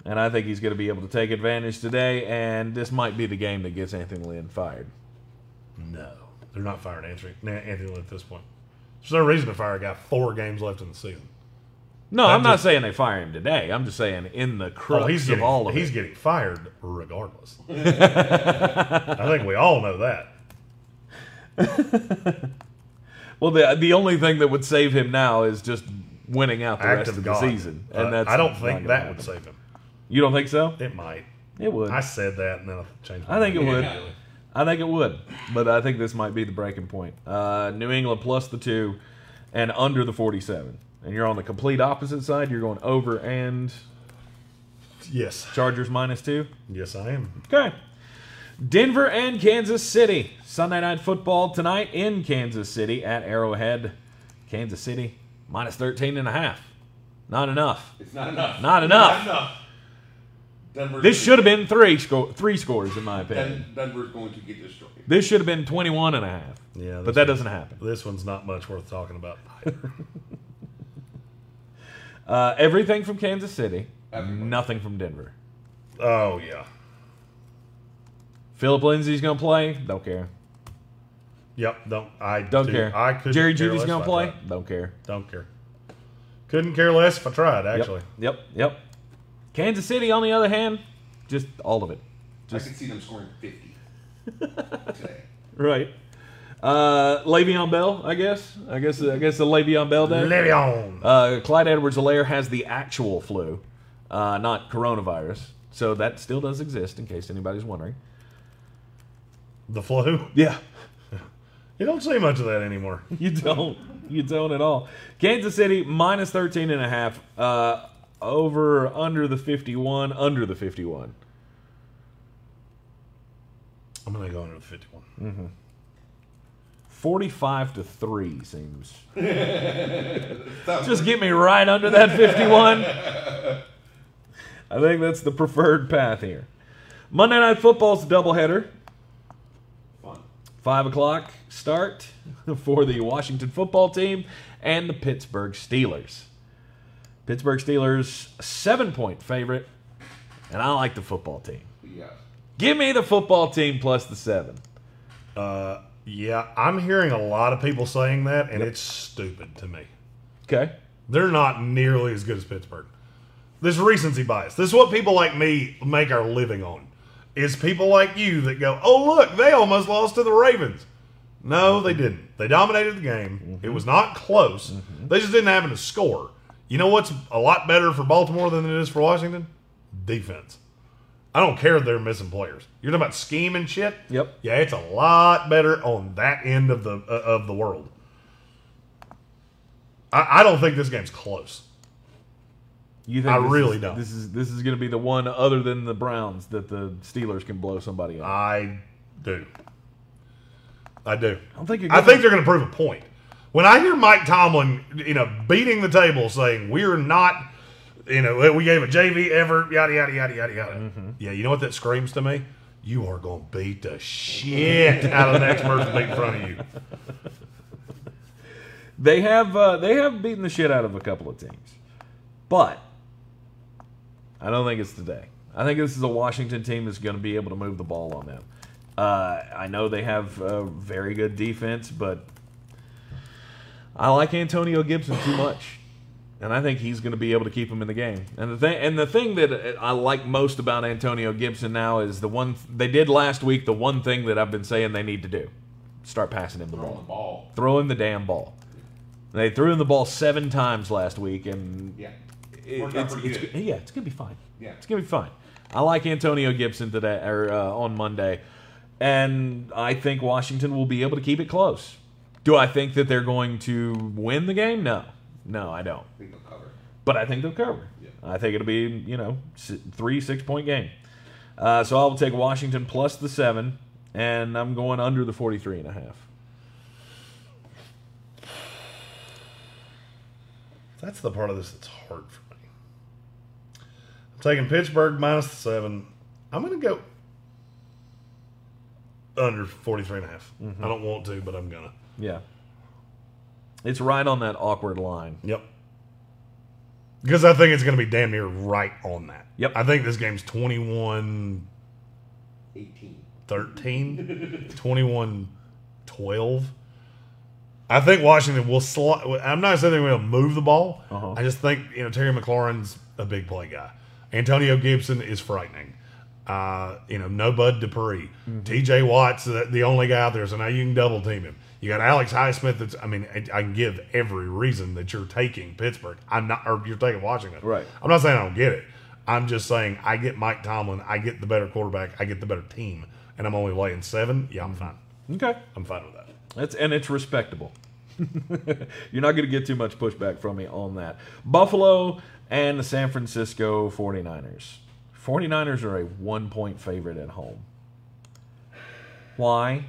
Speaker 2: And I think he's going to be able to take advantage today, and this might be the game that gets Anthony Lynn fired.
Speaker 3: No, they're not firing Anthony Na- Anthony Lynn at this point. There's no reason to fire a guy four games left in the season.
Speaker 2: No, I'm not
Speaker 3: just-
Speaker 2: saying they fire him today. I'm just saying in the crux
Speaker 3: Oh, he's getting
Speaker 2: of all of
Speaker 3: he's
Speaker 2: it.
Speaker 3: getting fired regardless. I think we all know that.
Speaker 2: Well, the the only thing that would save him now is just winning out the
Speaker 3: Act
Speaker 2: rest
Speaker 3: of
Speaker 2: of
Speaker 3: God.
Speaker 2: the season,
Speaker 3: Uh,
Speaker 2: and that's
Speaker 3: I don't
Speaker 2: not
Speaker 3: think
Speaker 2: gonna
Speaker 3: that
Speaker 2: happen.
Speaker 3: would save him.
Speaker 2: You don't think so?
Speaker 3: It might.
Speaker 2: It would.
Speaker 3: I
Speaker 2: I,
Speaker 3: said that and then I changed. my
Speaker 2: think it
Speaker 3: mind.
Speaker 2: would.
Speaker 1: Yeah.
Speaker 2: I think it would, but I think this might be the breaking point. Uh, New England plus the two, and under the forty-seven, and you're on the complete opposite side. You're going over and
Speaker 3: Yes,
Speaker 2: Chargers minus two.
Speaker 3: yes, I am.
Speaker 2: Okay. Denver and Kansas City. Sunday night football tonight in Kansas City at Arrowhead. Kansas City minus 13 and a half. Not enough.
Speaker 1: It's not enough.
Speaker 2: Not enough.
Speaker 1: enough. Denver's
Speaker 2: This should
Speaker 1: gonna-
Speaker 2: have been three sco- three scores in my opinion.
Speaker 1: Den- Denver's going to get destroyed.
Speaker 2: This should have been 21 and a half.
Speaker 3: Yeah,
Speaker 2: But
Speaker 3: that's
Speaker 2: that
Speaker 3: right.
Speaker 2: doesn't happen.
Speaker 3: This one's not much worth talking about.
Speaker 2: Uh, everything from Kansas City,
Speaker 1: Everyone.
Speaker 2: nothing from Denver.
Speaker 3: oh yeah,
Speaker 2: Philip Lindsay's going to play. Don't care.
Speaker 3: yep. Don't I
Speaker 2: Don't
Speaker 3: do-
Speaker 2: care.
Speaker 3: I could
Speaker 2: Jerry Judy's going to play. Don't care.
Speaker 3: Don't care. Couldn't care less if I tried, actually.
Speaker 4: Yep, yep. Kansas City, on the other hand, just all of it.
Speaker 1: I could see them scoring 50 today.
Speaker 2: Right. Uh, Le'Veon Bell, I guess. I guess. I guess the Le'Veon Bell day.
Speaker 3: Le'Veon.
Speaker 2: Uh, Clyde Edwards Alaire has the actual flu, uh, not coronavirus. So that still does exist, in case anybody's wondering.
Speaker 3: The flu.
Speaker 2: Yeah,
Speaker 3: You don't see much of that anymore.
Speaker 2: you don't. You don't at all. Kansas City, minus 13 and a half. Uh, over, under the 51, under the 51.
Speaker 3: I'm gonna go into the 51.
Speaker 2: 45 to 3 seems.
Speaker 1: That-
Speaker 2: Just get me right under that 51. I think that's the preferred path here. Monday Night Football's a doubleheader.
Speaker 1: fun.
Speaker 2: Five o'clock start for the Washington football team and the Pittsburgh Steelers. Pittsburgh Steelers, seven point favorite, and I like the football team.
Speaker 1: Yeah.
Speaker 2: Give me the football team plus the seven.
Speaker 3: Uh, yeah, I'm hearing a lot of people saying that, and it's stupid to me.
Speaker 2: Okay.
Speaker 3: They're not nearly as good as Pittsburgh. This recency bias. This is what people like me make our living on. Is people like you that go, "Oh look, they almost lost to the Ravens." No, they didn't. They dominated the game. It was not close. They just didn't happen to score. You know what's a lot better for Baltimore than it is for Washington? Defense. I don't care if they're missing players. You're talking about scheme and shit.
Speaker 2: Yep.
Speaker 3: Yeah, it's a lot better on that end of the uh, of the world. I, I don't think this game's close.
Speaker 2: You think
Speaker 3: I
Speaker 2: this
Speaker 3: really
Speaker 2: is,
Speaker 3: don't.
Speaker 2: This is this is going to be the one other than the Browns that the Steelers can blow somebody up.
Speaker 3: I do. I do.
Speaker 2: I don't think you're
Speaker 3: I
Speaker 2: gonna-
Speaker 3: think they're going to prove a point. When I hear Mike Tomlin, you know, beating the table, saying we're not, you know, we gave a JV effort, yada yada yada yada yada. Yeah, you know what that screams to me? You are going to beat the shit out of the next person beat in front of you.
Speaker 2: They have uh, they have beaten the shit out of a couple of teams, but I don't think it's today. I think this is a Washington team that's going to be able to move the ball on them. Uh, I know they have a very good defense, but I like Antonio Gibson too much, and I think he's going to be able to keep him in the game. And the thing and the thing that uh, I like most about Antonio Gibson now is the one they did last week. The one thing that I've been saying they need to do: start passing him the
Speaker 1: Throw
Speaker 2: ball
Speaker 1: the ball.
Speaker 2: throw him the damn ball. They threw him the ball seven times last week, and
Speaker 1: Yeah.
Speaker 2: it-
Speaker 1: Worked out
Speaker 2: it's,
Speaker 1: pretty
Speaker 2: it's
Speaker 1: good.
Speaker 2: go- yeah, it's gonna be fine.
Speaker 1: Yeah.
Speaker 2: it's gonna be fine. I like Antonio Gibson today or uh, on Monday, and I think Washington will be able to keep it close. Do I think that they're going to win the game? No, no, I don't.
Speaker 1: I think they'll cover.
Speaker 2: But I think they'll cover.
Speaker 1: Yeah.
Speaker 2: I think it'll be you know s- three six point game. Uh, so I will take Washington plus the seven, and I'm going under the 43 and a half.
Speaker 3: That's the part of this that's hard for me. I'm taking Pittsburgh minus the seven. I'm going to go under 43 and a half. I don't want to, but I'm going to.
Speaker 2: Yeah. It's right on that awkward line.
Speaker 3: Yep. Because I think it's going to be damn near right on that.
Speaker 2: Yep.
Speaker 3: I think this game's 21
Speaker 1: 18.
Speaker 3: 13, 21 12. I think Washington will slot. I'm not saying they're going to move the ball.
Speaker 2: Uh-huh.
Speaker 3: I just think, you know, Terry McLaurin's a big play guy. Antonio Gibson is frightening. Uh, you know, no Bud Dupree.
Speaker 2: Mm-hmm.
Speaker 3: TJ Watt's the, the only guy out there, so now you can double team him. You got Alex Highsmith. That's, I mean, I, I can give every reason that you're taking Pittsburgh. I'm not, or you're taking Washington.
Speaker 2: Right.
Speaker 3: I'm not saying I don't get it. I'm just saying I get Mike Tomlin. I get the better quarterback. I get the better team, and I'm only laying seven. Yeah, I'm fine.
Speaker 2: Okay.
Speaker 3: I'm fine with that.
Speaker 2: That's and it's respectable. You're not going to get too much pushback from me on that. Buffalo and the San Francisco 49ers. 49ers are a 1 point favorite at home. Why?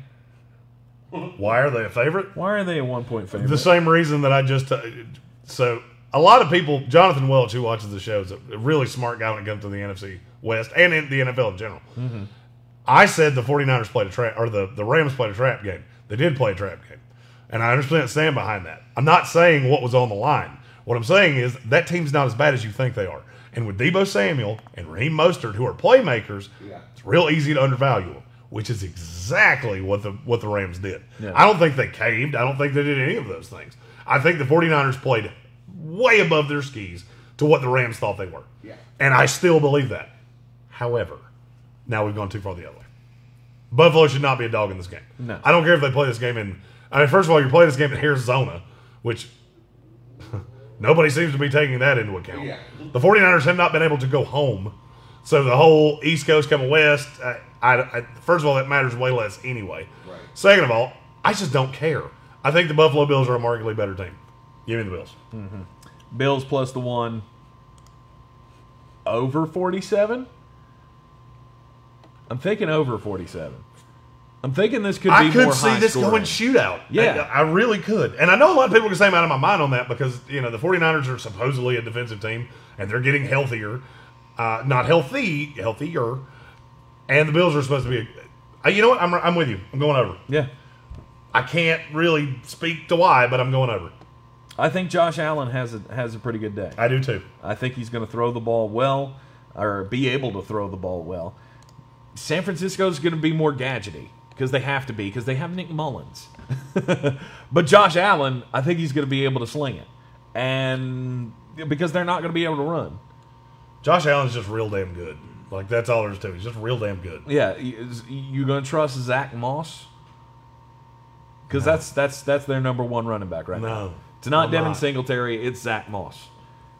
Speaker 3: Why are they a favorite?
Speaker 2: Why are they a 1 point favorite?
Speaker 3: The same reason that I just uh, so a lot of people. Jonathan Welch, who watches the show, is a really smart guy when it comes to the NFC West and in the NFL in general. I said the 49ers played a trap, or the, the Rams played a trap game. They did play a trap game. And I understand stand behind that. I'm not saying what was on the line. What I'm saying is that team's not as bad as you think they are. And with Debo Samuel and Raheem Mostert, who are playmakers,
Speaker 1: Yeah.
Speaker 3: it's real easy to undervalue them, which is exactly what the what the Rams did.
Speaker 2: Yeah.
Speaker 3: I don't think they caved. I don't think they did any of those things. I think the 49ers played way above their skis to what the Rams thought they were.
Speaker 1: Yeah.
Speaker 3: And I still believe that. However, now we've gone too far the other way. Buffalo should not be a dog in this game.
Speaker 4: No.
Speaker 3: I don't care if they play this game in. I mean, first of all, you're playing this game in Arizona, which nobody seems to be taking that into account.
Speaker 1: Yeah.
Speaker 3: The 49ers have not been able to go home. So the whole East Coast coming West, I, I, I, first of all, that matters way less anyway.
Speaker 1: Right.
Speaker 3: Second of all, I just don't care. I think the Buffalo Bills are a markedly better team. Give me the Bills.
Speaker 4: Bills plus the one over 47. I'm thinking over 47. I'm thinking this could be
Speaker 3: I could
Speaker 4: more
Speaker 3: see
Speaker 4: high
Speaker 3: this
Speaker 4: scoring.
Speaker 3: going shootout.
Speaker 4: Yeah.
Speaker 3: I, I really could. And I know a lot of people can say I'm out of my mind on that because, you know, the 49ers are supposedly a defensive team and they're getting healthier. Uh, not healthy, healthier. And the Bills are supposed to be. A, uh, you know what? I'm, I'm with you. I'm going over.
Speaker 4: yeah.
Speaker 3: I can't really speak to why, but I'm going over.
Speaker 4: I think Josh Allen has a, has a pretty good day.
Speaker 3: I do too.
Speaker 4: I think he's going to throw the ball well or be able to throw the ball well.
Speaker 2: San Francisco's going to be more gadgety because they have to be because they have Nick Mullins. but Josh Allen, I think he's going to be able to sling it, and because they're not going to be able to run.
Speaker 3: Josh Allen's just real damn good. Like, that's all there is to it. He's just real damn good.
Speaker 2: Yeah, y- is- you going to trust Zach Moss? Because that's that's that's their number one running back right now.
Speaker 3: No.
Speaker 2: It's not
Speaker 3: I'm
Speaker 2: Devin
Speaker 3: not.
Speaker 2: Singletary. It's Zach Moss.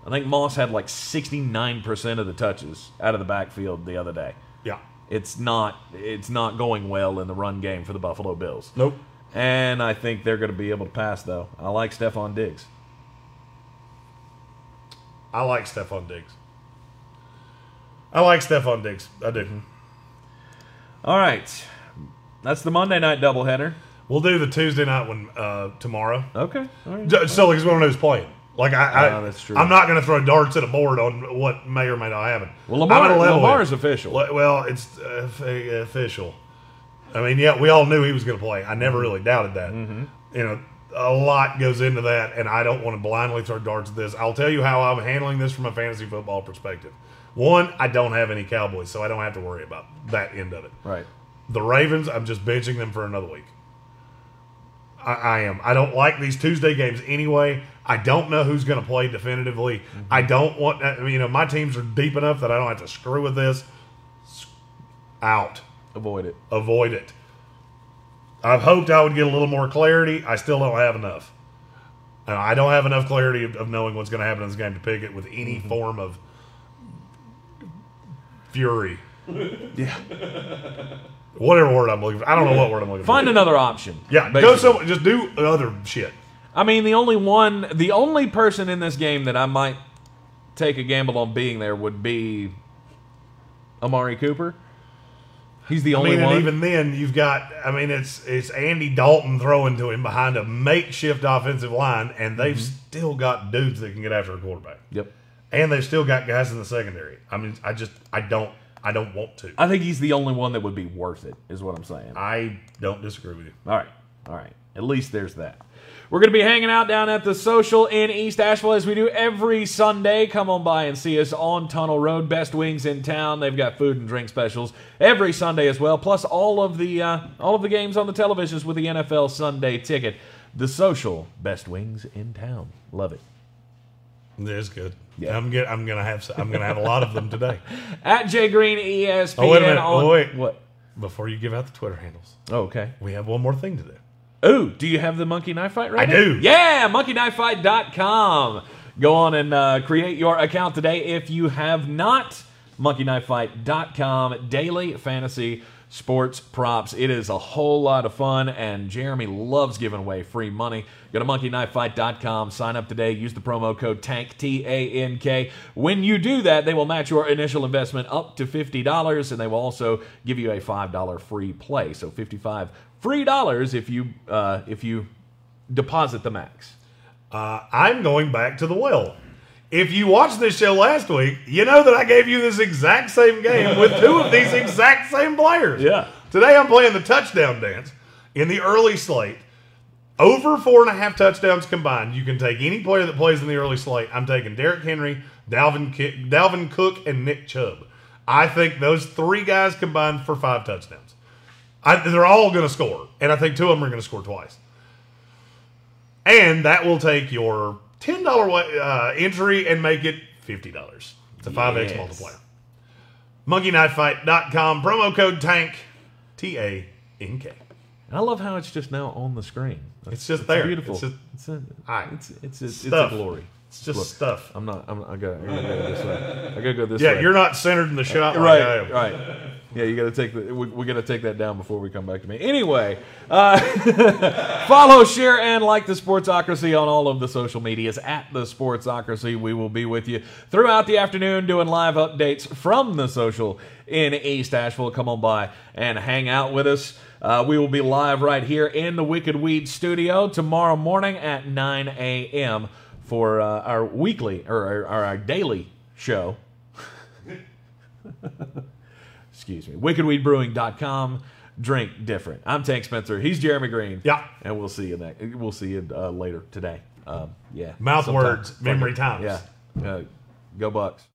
Speaker 2: I think Moss had like sixty nine percent of the touches out of the backfield the other day.
Speaker 3: Yeah.
Speaker 2: It's not it's not going well in the run game for the Buffalo Bills.
Speaker 3: Nope.
Speaker 4: And I think they're going to be able to pass, though. I like Stephon Diggs.
Speaker 3: I like Stephon Diggs. I like Stephon Diggs. I do.
Speaker 4: All right. That's the Monday night doubleheader.
Speaker 3: We'll do the Tuesday night one uh, tomorrow.
Speaker 4: Okay. All right.
Speaker 3: D- Still, because we don't know who's playing. Like I, I
Speaker 4: Ah, that's true.
Speaker 3: I'm not going to throw darts at a board on what may or may not happen.
Speaker 2: Well, Lamar,
Speaker 3: I'm at a level
Speaker 2: Lamar's
Speaker 3: here.
Speaker 2: official.
Speaker 3: Le- Well, it's uh, f- uh, official. I mean, yeah, we all knew he was going to play. I never really doubted that. You know, a lot goes into that, and I don't want to blindly throw darts at this. I'll tell you how I'm handling this from a fantasy football perspective. One, I don't have any Cowboys, so I don't have to worry about that end of it.
Speaker 4: Right.
Speaker 3: The Ravens, I'm just benching them for another week. I, I am. I don't like these Tuesday games anyway. I don't know who's going to play definitively. I don't want. I mean, you know, my teams are deep enough that I don't have to screw with this. S- Out.
Speaker 4: Avoid it.
Speaker 3: Avoid it. I've hoped I would get a little more clarity. I still don't have enough. And I don't have enough clarity of, of knowing what's going to happen in this game to pick it with any form of fury. yeah. Whatever word I'm looking for. I don't know what word I'm looking
Speaker 2: Find
Speaker 3: for.
Speaker 2: another option.
Speaker 3: Yeah, go
Speaker 2: basically.
Speaker 3: somewhere. Just do other shit.
Speaker 2: I mean, the only one, the only person in this game that I might take a gamble on being there would be Amari Cooper. He's the
Speaker 3: I
Speaker 2: only
Speaker 3: mean,
Speaker 2: one.
Speaker 3: and even then, you've got. I mean, it's it's Andy Dalton throwing to him behind a makeshift offensive line, and they've still got dudes that can get after a quarterback,
Speaker 2: yep.
Speaker 3: and they've still got guys in the secondary. I mean, I just I don't I don't want to.
Speaker 2: I think he's the only one that would be worth it, is what I'm saying.
Speaker 3: I don't disagree with you.
Speaker 4: All right. All right. At least there's that.
Speaker 2: We're going to be hanging out down at the social in East Asheville as we do every Sunday. Come on by and see us on Tunnel Road. Best wings in town. They've got food and drink specials every Sunday as well. Plus all of the uh, all of the games on the televisions with the NFL Sunday ticket. The social best wings in town. Love it.
Speaker 3: It's good.
Speaker 2: Yeah.
Speaker 3: I'm get, I'm gonna have s- I'm gonna have a lot of them today.
Speaker 2: At J Green E ESPN.
Speaker 3: Oh, wait a minute.
Speaker 2: On,
Speaker 3: Oh, wait.
Speaker 2: What?
Speaker 3: Before you give out the Twitter handles,
Speaker 2: Oh, okay.
Speaker 3: we have one more thing to do.
Speaker 2: Ooh, do you have the Monkey Knife Fight right?
Speaker 3: do.
Speaker 2: Yeah, monkeyknifefight.com. Go on and uh, create your account today if you have not. Monkeyknifefight.com, daily fantasy sports props. It is a whole lot of fun, and Jeremy loves giving away free money. Go to monkeyknifefight.com, sign up today, use the promo code TANK, T A N K. When you do that, they will match your initial investment up to $50, and they will also give you a $5 free play. So 55 free dollars if you uh, if you deposit the max.
Speaker 3: Uh, I'm going back to the well. If you watched this show last week, you know that I gave you this exact same game with two of these exact same players.
Speaker 2: Yeah.
Speaker 3: Today I'm playing the touchdown dance in the early slate. Over four and a half touchdowns combined. You can take any player that plays in the early slate. I'm taking Derrick Henry, Dalvin, Ki- Dalvin Cook, and Nick Chubb. I think those three guys combined for five touchdowns. I, they're all going to score, and I think two of them are going to score twice. And that will take your ten dollar uh, entry and make it fifty dollars. It's a five x
Speaker 4: Yes.
Speaker 3: multiplier. MonkeyKnifeFight.com promo code Tank T A N K.
Speaker 2: And I love how it's just now on the screen. That's-
Speaker 3: It's just there.
Speaker 2: Beautiful.
Speaker 3: It's just,
Speaker 2: It's a,
Speaker 3: Alright.
Speaker 2: it's it's a, it's a
Speaker 3: Stuff.
Speaker 2: glory.
Speaker 3: it's just stuff.
Speaker 2: I'm not. I'm, I gotta. I gotta go this way. I gotta go this
Speaker 3: Yeah,
Speaker 2: way.
Speaker 3: you're not centered in the shot. Like I
Speaker 2: Uh, right.
Speaker 3: am.
Speaker 2: Right. Yeah, you gotta take the. We, we gotta take that down before we come back to me. Anyway, uh, follow, share, and like the Sportsocracy on all of the social medias at the Sportsocracy. We will be with you throughout the afternoon doing live updates from the social in East Asheville. Come on by and hang out with us. Uh, we will be live right here in the Wicked Weed Studio tomorrow morning at 9 a.m. for uh, our weekly or our, our- our daily show excuse me, wickedweedbrewing.com. Drink different. I'm Tank Spencer. He's Jeremy Green.
Speaker 3: Yeah.
Speaker 2: And we'll see you next. We'll see you uh, later today. Um, yeah.
Speaker 3: Mouth
Speaker 2: sometime.
Speaker 3: words, memory times.
Speaker 2: Yeah. Uh, go Bucks.